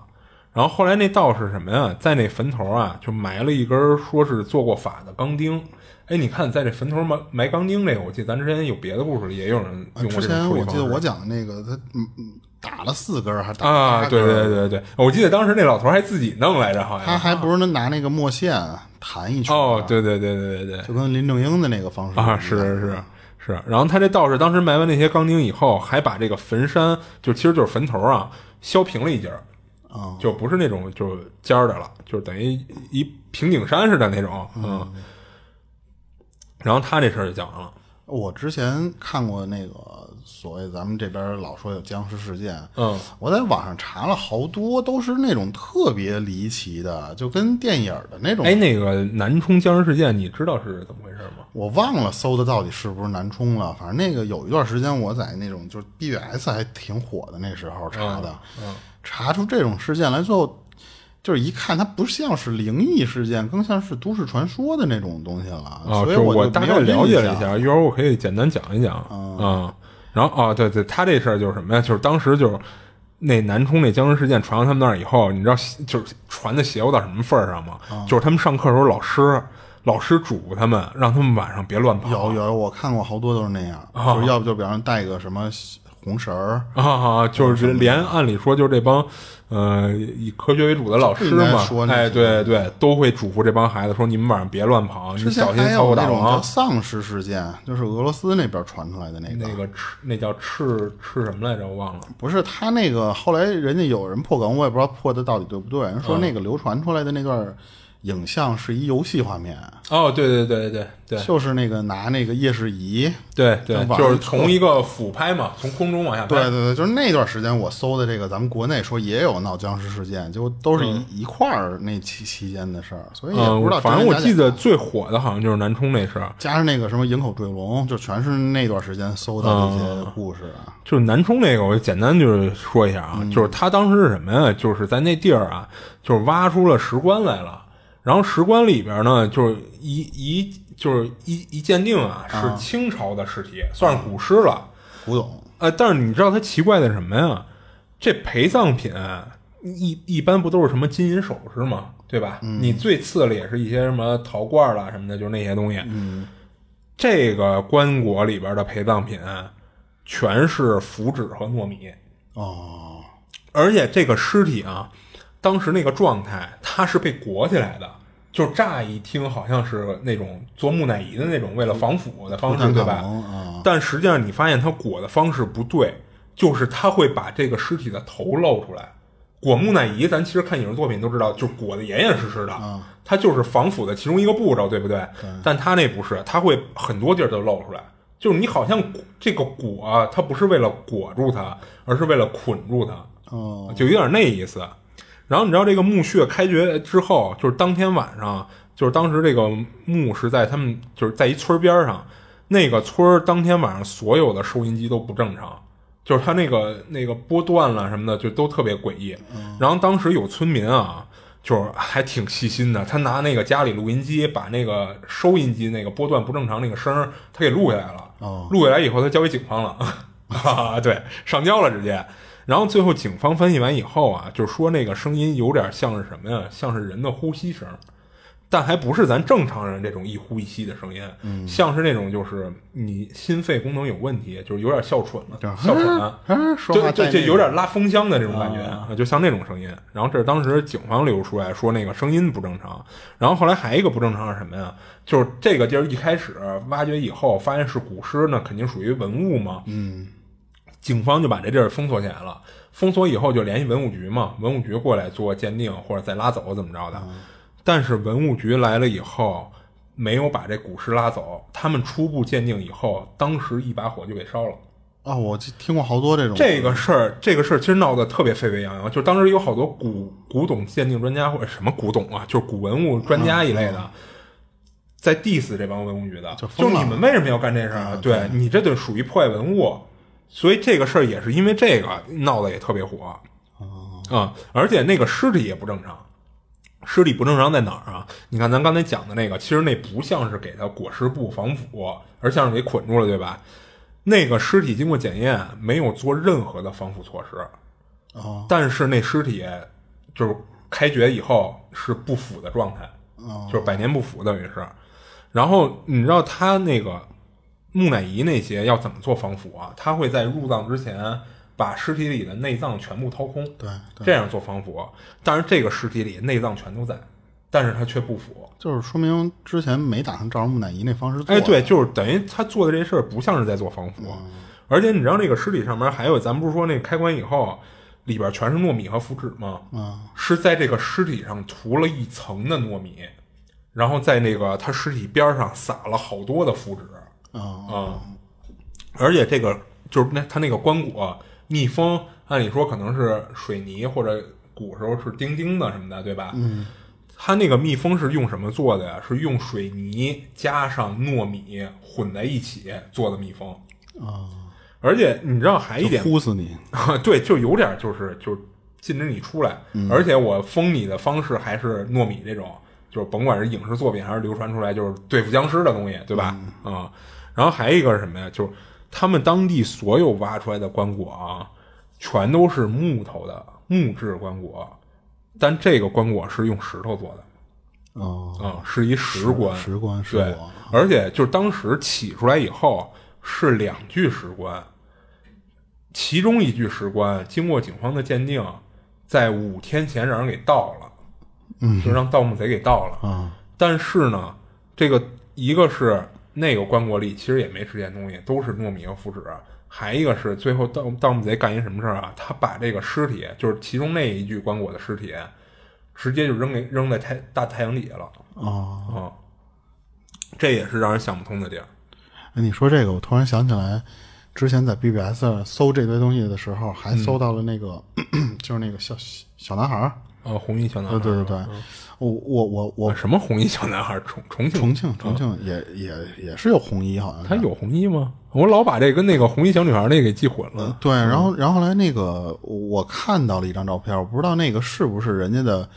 然后后来那道士什么呀，在那坟头啊，就埋了一根儿说是做过法的钢钉。哎，你看，在这坟头埋埋钢钉这个，我记得咱之前有别的故事里也有人
啊
用过
之
这种
前
处理
我
方
记
式。
得我讲的那个，他嗯嗯打了四根儿还打了
啊，
八
对
根儿
对对对，我记得当时那老头还自己弄来着，好
他
像。
还不是能拿那个墨线弹一圈儿
哦，，对对对对对对，
就嗯跟林正英的那个方式
啊，
一
是
样
是是是。然后他这道士当时埋完那些钢钉以后，还把这个坟山，就其实就是坟头啊，削平了一截儿，
啊，
就不是那种就是尖儿的了，就是等于一平顶山似的那种，嗯。然后他这事儿就讲完了，
我之前看过那个所谓咱们这边老说有僵尸事件，
嗯，
我在网上查了好多，都是那种特别离奇的，就跟电影儿的那种。
哎，那个南充僵尸事件，你知道是怎么回事吗？
我忘了搜的到底是不是南充了，反正那个有一段时间我在那种就是 BBS 还挺火的那时候查的，
嗯
查出这种事件来最后，就是一看它不像是灵异事件，更像是都市传说的那种东西了，
啊，
所以
就
我就
大
没
概
有
了
印
解了一
象
下，一会儿我可以简单讲一讲啊、然后哦，对对，他这事儿就是什么呀？就是当时就是那南充那僵尸事件传到他们那儿以后，你知道就是传的邪乎到什么份儿上吗？
啊
就是他们上课的时候，老师老师嘱咐他们，让他们晚上别乱跑。
有有，我看过好多都是那样，就是要不就比方说带个什么红绳儿，
啊啊，就是连按理说就是这帮，呃，以科学为主的老师
应该
嘛
说，那
哎，
些
对对，都会嘱咐这帮孩子说，你们晚上别乱跑，你
之前
小心
还
操
有
过
那
大
种叫
王。
丧尸事件，就是俄罗斯那边传出来的那个。
那个赤，那叫赤赤什么来着？我忘了。
不是他那个，后来人家有人破梗，我也不知道破的到底对不对。人说那个流传出来的那段影像是一游戏画面，
哦，对对对对对
就是那个拿那个夜视仪，
对
那
对
网
就
上
是
特
从一个俯拍嘛，从空中往下拍。
对对对，就是那段时间我搜的这个，咱们国内说也有闹僵尸事件，就都是一、一块儿那期期间的事儿，所以也
嗯
不知道，真
反正我
假
记
假
得最火的好像就是南充那事儿，
加上那个什么营口坠龙，就全是那段时间搜到的一些
哦
故事啊。
就是南充那个，我简单就是说一下
嗯
啊，就是他当时是什么呀？就是在那地儿啊，就是挖出了石棺来了，然后石棺里边呢，就是一一就是一一鉴定啊，是清朝的尸体，算是古尸了。
古董
呃，但是你知道它奇怪的是什么呀？这陪葬品一一般不都是什么金银首饰吗？对吧？你最次的也是一些什么陶罐啦什么的，就是那些东西。嗯，这个棺椁里边的陪葬品全是符纸和糯米，
哦，
而且这个尸体啊，当时那个状态，它是被裹起来的，就乍一听好像是那种做木乃伊的那种为了防腐的方
不
式，
太
对
可
吧
能啊？
但实际上你发现它裹的方式不对，就是它会把这个尸体的头露出来。裹木乃伊，咱其实看影视作品都知道，就裹得严严实实的，它就是防腐的其中一个步骤，对不啊对？但它那不是，它会很多地儿都露出来。就是你好像裹这个裹啊、它不是为了裹住它，而是为了捆住它。
哦，
就有点那意思。然后你知道这个墓穴开掘之后，就是当天晚上，就是当时这个墓是在他们就是在一村边儿上，那个村儿当天晚上所有的收音机都不正常，就是它那个那个波段啊了什么的，就都特别诡异。然后当时有村民啊，就是还挺细心的，他拿那个家里录音机把那个收音机那个波段不正常那个声儿，他给录下来了。
哦
录下来以后，他交给警方了， <laughs> 啊，对，上交了直接。然后最后警方分析完以后啊，就是说那个声音有点像是什么呀？像是人的呼吸声，但还不是咱正常人这种一呼一吸的声音，像是那种就是你心肺功能有问题，就是有点哮喘了，哮喘。
啊，说
就
话
就
带
就
那
有
个
点拉风箱的那种感觉，啊就像那种声音。然后这是当时警方流出来说那个声音不正常，然后后来还有一个不正常是什么呀？就是这个地儿一开始挖掘以后发现是古尸呢，肯定属于文物嘛，嗯，警方就把这地儿封锁起来了。封锁以后就联系文物局嘛，文物局过来做鉴定或者再拉走怎么着的。
嗯
但是文物局来了以后。没有把这古尸拉走，他们初步鉴定以后，当时一把火就给烧了。
啊，我就听过好多这种
这个事儿，这个事儿其实闹得特别沸沸扬扬，就是当时有好多古古董鉴定专家或者什么古董啊，就是古文物专家一类的，在 diss 这帮文物局的，
就
就
疯
是
了
你们为什么要干这事儿啊？对你这就属于破坏文物，所以这个事儿也是因为这个闹得也特别火啊、
哦
而且那个尸体也不正常。尸体不正常在哪儿啊？你看咱刚才讲的那个，其实那不像是给它裹尸布防腐，而像是给捆住了，对吧？那个尸体经过检验，没有做任何的防腐措施，
哦
但是那尸体就是开掘以后是不腐的状态，
哦
就是百年不腐，等于是。然后你知道他那个木乃伊那些要怎么做防腐啊？他会在入葬之前把尸体里的内脏全部掏空，
对对
这样做防腐。但是这个尸体里内脏全都在，但是它却不腐。
就是说明之前没打算照着木乃伊那方式做。
哎，对，，就是等于他做的这事儿不像是在做防腐，而且你知道那个尸体上面还有，咱不是说那开棺以后啊里边全是糯米和符纸吗？
啊，
是在这个尸体上涂了一层的糯米，然后在那个他尸体边上撒了好多的符纸
哦
啊、而且这个就是那他那个棺椁啊密封，按理说可能是水泥或者古时候是钉钉的什么的，对吧？嗯。它那个密封是用什么做的呀？是用水泥加上糯米混在一起做的密封。
啊，
而且你知道还一
就
点
呼死你，
啊， <laughs> 对，就有点儿就是就是禁止你出来，而且我封你的方式还是糯米这种，就是甭管是影视作品还是流传出来，就是对付僵尸的东西，对吧？啊、然后还有一个是什么呀？就是他们当地所有挖出来的棺椁啊，全都是木头的木质棺椁，但这个棺椁是用石头做的。
哦，
啊、是一石棺，
石棺石
对
椁，
而且就是当时起出来以后是两具石棺，其中一具石棺经过警方的鉴定，在五天前让人给盗了，嗯，就让盗墓贼给盗了
啊。
但是呢，这个一个是那个棺椁里其实也没吃见东西，都是糯米和符纸。还一个是最后盗盗墓贼干一什么事儿啊？他把这个尸体，就是其中那一具棺椁的尸体，直接就扔给扔在太大太阳底下了。
哦，
啊、这也是让人想不通的地儿。
哎，你说这个，我突然想起来，之前在 BBS 上搜这堆东西的时候，还
嗯
搜到了那个， <clears throat> 就是那个小小男孩儿。
呃，红衣小男孩，
对啊对对对，我我我我
啊，什么红衣小男孩？重 <laughs> 重庆，
重庆重庆也也也是有红衣，嗯好像是
他有红衣吗？我老把这跟那个红衣小女孩那个给记混了。
对，然
嗯
后然后后来那个我看到了一张照片，我不知道那个是不是人家的，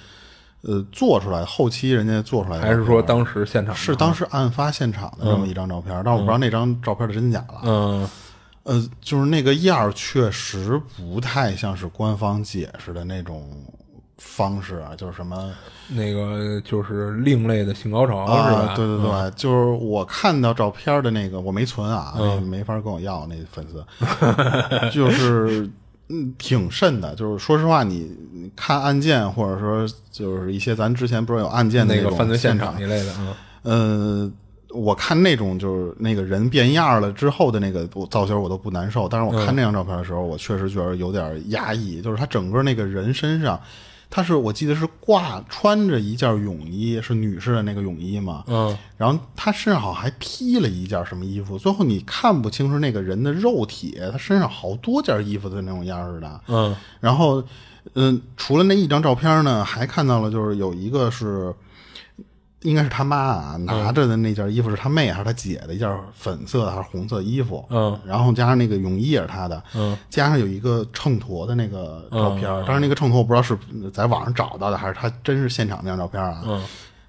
呃，做出来的后期人家做出来的照
还
片，
是说当时现场
是当时案发现场的这么一张照片，但我不知道那张照片的真假了。
嗯
呃，就是那个样儿确实不太像是官方解释的那种方式啊，就是什么
那个就是另类的性高潮、是
啊
吧？，嗯
对对对，就是我看到照片的那个，我没存啊，那
嗯
没法跟我要那粉丝， <laughs> 就是嗯挺甚的，就是说实话，你你看案件或者说就是一些咱之前不是有案件的
那个
种
犯罪
现
现场一类的啊，
呃，我看那种就是那个人变样了之后的那个我造型，我都不难受。但是我看那张照片的时候，我确实觉得有点压抑，就是他整个那个人身上，他是我记得是挂穿着一件泳衣，是女士的那个泳衣嘛，
嗯，
然后他身上好像还披了一件什么衣服，最后你看不清楚那个人的肉体，他身上好多件衣服的那种样儿似的，
嗯，
然后。嗯，除了那一张照片呢，还看到了就是有一个是，应该是他妈啊，拿着的那件衣服是他妹还是他姐的一件粉色的还是红色衣服？
嗯，
然后加上那个泳衣也是他的，
嗯，
加上有一个秤砣的那个照片，但是那个秤砣我不知道是在网上找到的还是他真是现场那张照片啊，嗯，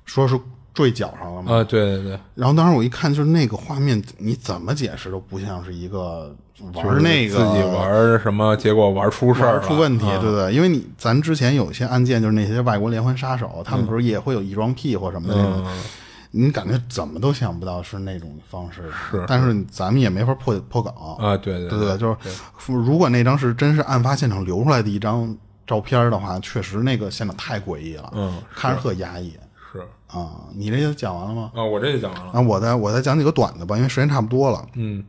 说是坠脚上了嘛，
啊，对对对，
然后当时我一看，就是那个画面，你怎么解释都不像是一个玩那个
自己玩儿什么，结果玩出事
玩
儿嗯
儿
了
出问题，对不对？因为你咱之前有些案件，就是那些外国连环杀手，他
嗯
们不是也会有异装癖或什么的那种，你感觉怎么都想不到是那种方式。是，但是咱们也没法破破梗
啊，对对
对对，就是如果那张是真是案发现场留出来的一张照片的话，确实那个现场太诡异了，
嗯，
看着特压抑
是
啊、你这就讲完了吗？
啊，我这就讲完了，
啊，我再我再讲几个短的吧，因为时间差不多了。
嗯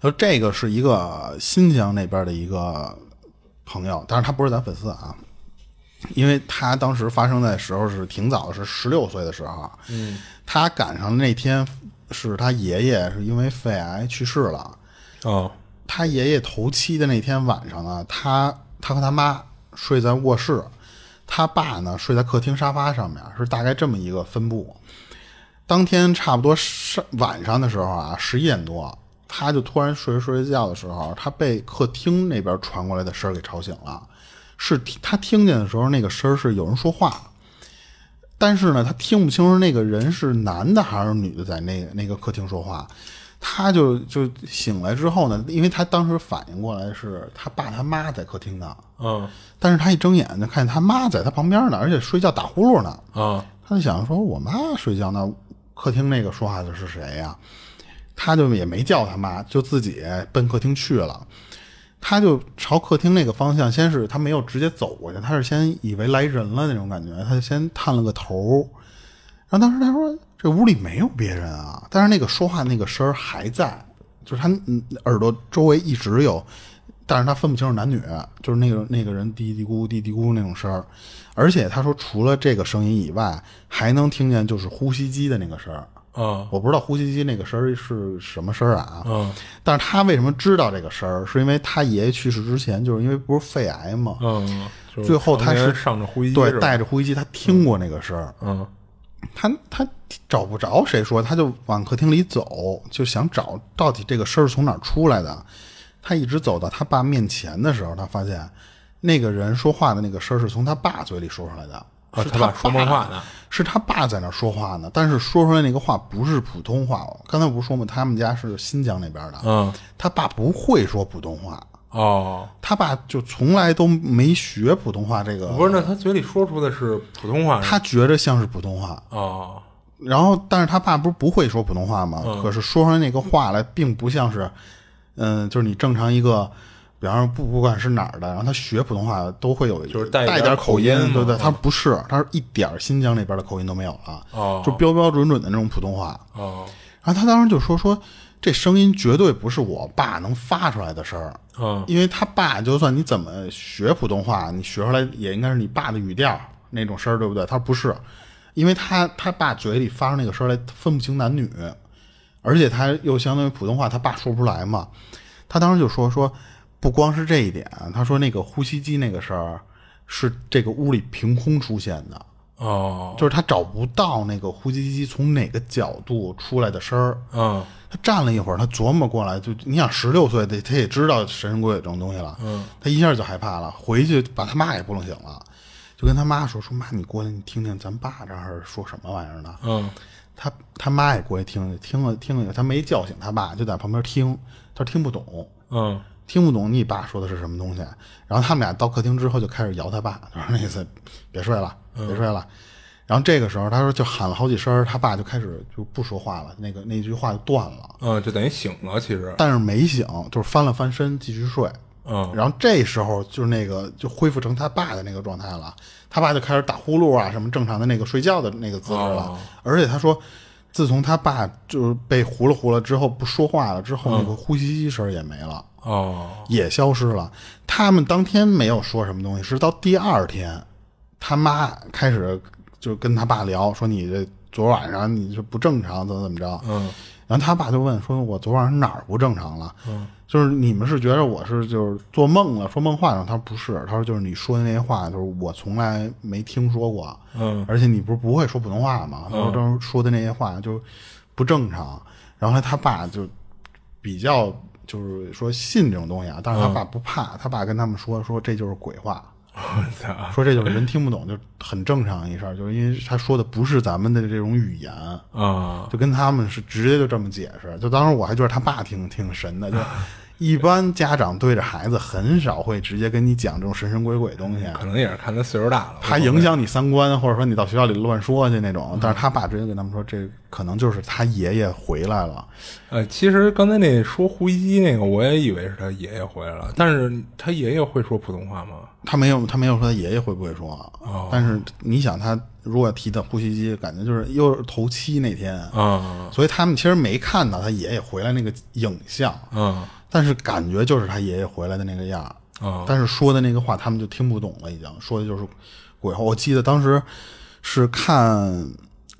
然后这个是一个新疆那边的一个朋友，但是他不是咱粉丝啊，因为他当时发生的时候是挺早的，是十六岁的时候。嗯，他赶上那天是他爷爷是因为肺癌去世了。
啊
他爷爷头七的那天晚上呢，他他和他妈睡在卧室，他爸呢睡在客厅沙发上面，是大概这么一个分布。当天差不多上晚上的时候啊，十一点多，他就突然睡着睡着觉的时候，他被客厅那边传过来的声儿给吵醒了。是他听见的时候，那个声儿是有人说话，但是呢，他听不清楚那个人是男的还是女的在那个那个客厅说话。他就就醒来之后呢，因为他当时反应过来是他爸他妈在客厅呢，
嗯
但是他一睁眼就看见他妈在他旁边呢，而且睡觉打呼噜呢。
啊
他就想说，我妈睡觉呢，客厅那个说话的是谁呀、他就也没叫他妈，就自己奔客厅去了。他就朝客厅那个方向，先是他没有直接走过去，他是先以为来人了那种感觉，他就先探了个头。然后当时他说：“这屋里没有别人啊。”但是那个说话那个声儿还在，就是他嗯耳朵周围一直有，但是他分不清是男女，就是那个那个人嘀嘀咕嘀嘀咕那种声儿。而且他说，除了这个声音以外，还能听见就是呼吸机的那个声儿。
啊
我不知道呼吸机那个声儿是什么声儿啊，
嗯
<laughs> 但是他为什么知道这个声儿，是因为他爷爷去世之前，就是因为不是肺癌嘛，
嗯，就是
最后他
常
是
年上着呼吸机是
对，
吧
带着呼吸机，他听过那个声儿，
嗯
他他找不着谁说，他就往客厅里走，就想找到底这个声儿是从哪儿出来的。他一直走到他爸面前的时候，他发现那个人说话的那个声儿是从他爸嘴里说出来的，
啊
是
他
爸
爸说梦话呢，
是他爸在那儿说话呢，但是说出来那个话不是普通话哦。刚才我不是说吗？他们家是新疆那边的，
嗯
他爸不会说普通话，
哦，
他爸就从来都没学普通话这个，
不是，那他嘴里说出的是普通话是吧
他觉着像是普通话，
哦
然后，但是他爸不是不会说普通话吗？
嗯
可是说出来那个话来，并不像是，嗯、就是你正常一个，比方说不不管是哪儿的，然后他学普通话都会有，
就是带
带
一点
点口
口音嘛
对不对？
嗯
他不是，他是一点儿新疆那边的口音都没有了，
哦
就标标准准的那种普通话。
哦
然后他当时就说说，这声音绝对不是我爸能发出来的声儿，
嗯
因为他爸就算你怎么学普通话，你学出来也应该是你爸的语调那种声儿，对不对？他不是，因为他他爸嘴里发出那个声儿来，他分不清男女，而且他又相当于普通话，他爸说不出来嘛。他当时就说说，不光是这一点，啊他说那个呼吸机那个声儿是这个屋里凭空出现的，
哦
就是他找不到那个呼吸机从哪个角度出来的声儿。
嗯
他站了一会儿，他琢磨过来，就你想十六岁的他也知道神神鬼鬼这种东西了，嗯，他一下就害怕了，回去把他妈给拨弄醒了，就跟他妈说说妈，你过来，你听听咱爸这儿说什么玩意儿呢？
嗯
他他妈也过去听听听了听了，他没叫醒他爸，就在旁边听，他说听不懂，
嗯
听不懂你爸说的是什么东西。然后他们俩到客厅之后就开始摇他爸，就说那意思，别睡了，别睡了。然后这个时候他说就喊了好几声儿，他爸就开始就不说话了，那个那句话就断了，
嗯，就等于醒了，其实，
但是没醒，就是翻了翻身继续睡。
嗯
然后这时候就是那个就恢复成他爸的那个状态了，他爸就开始打呼噜啊，什么正常的那个睡觉的那个姿势了。
哦
而且他说，自从他爸就是被糊了糊了之后不说话了之后，
嗯
那个呼吸机声也没了，
哦， <laughs>
也消失了。他们当天没有说什么东西，是到第二天，他妈开始就跟他爸聊，说你这昨晚上你这不正常，怎么怎么着。
嗯，
然后他爸就问说：“我昨晚上哪儿不正常了？”嗯，就是你们是觉得我是就是做梦了，说梦话呢？他说不是，他说就是你说的那些话，就是我从来没听说过。
嗯，
而且你不是不会说普通话吗？他说当时说的那些话就不正常。然后他爸就比较就是说信这种东西啊，但是他
嗯
爸不怕，他爸跟他们说说这就是鬼话。
我操，
说这就是人听不懂，就很正常一事儿，就是因为他说的不是咱们的这种语言，
啊，
就跟他们是直接就这么解释。就当时我还觉得他爸挺挺神
<laughs>
的，就一般家长对着孩子很少会直接跟你讲这种神神鬼鬼东西，
可能也是看他岁数大了，
怕影响你三观，或者说你到学校里乱说去那
嗯
种。但是他爸直接跟他们说，这可能就是他爷爷回来了。
呃，其实刚才那说呼吸机那个，我也以为是他爷爷回来了，但是他爷爷会说普通话吗？
他没有，他没有说他爷爷会不会说，啊但是你想，他如果提到呼吸机，感觉就是又是头七那天，
啊，
所以他们其实没看到他爷爷回来那个影像，
嗯，
但是感觉就是他爷爷回来的那个样儿。
哦
但是说的那个话他们就听不懂了，已经说的就是鬼话。我记得当时是看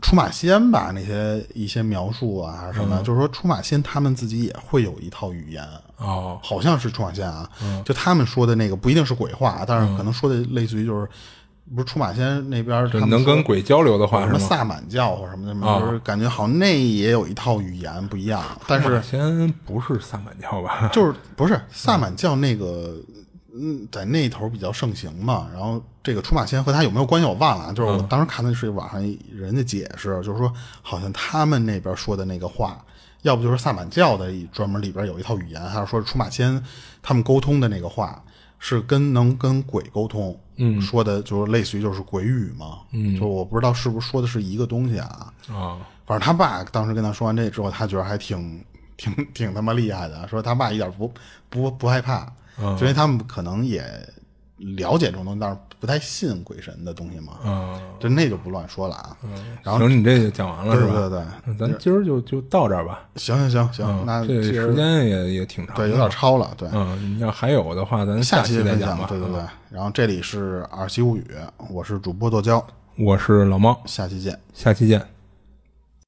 出马仙吧，那些一些描述啊还是什么，就是说出马仙他们自己也会有一套语言。
哦，
好像是出马仙啊，
嗯
就他们说的那个不一定是鬼话，啊但是可能说的类似于就是，不是出马仙那边儿他
就
们
能
说
跟鬼交流的话
什
是
么
吗？
萨满教或什么什么，
啊
就是感觉好像那也有一套语言不一样，啊但
<laughs>
是
先不是萨满教吧？
<laughs> 就是不是萨满教那个，嗯，在那头比较盛行嘛。然后这个出马仙和他有没有关系我忘了啊，就是我当时看的是网上人家解释，就是说好像他们那边说的那个话，要不就是萨满教的一专门里边有一套语言，还是说出马仙他们沟通的那个话是跟能跟鬼沟通，嗯，说的就是类似于就是鬼语嘛，嗯，就我不知道是不是说的是一个东西啊，
啊，
反正他爸当时跟他说完这之后，他觉得还挺挺挺他妈厉害的，说他爸一点不不不害怕，
嗯
就因为他们可能也了解这种东西，但是不太信鬼神的东西嘛，
嗯，
就那就不乱说了啊。然后
行，你这就讲完了
对
是
对对
吧？
对，
那嗯咱今儿就就到这儿吧。嗯
行行行行，那
这
其实
时间也也挺长，
对有点。超了，对，
嗯，要还有的话，咱
下
期再
分
讲
享
吧。嗯
对对对。然后这里是《耳西物语》，我是主播剁椒，
嗯我是老猫，
下期见。
下期见。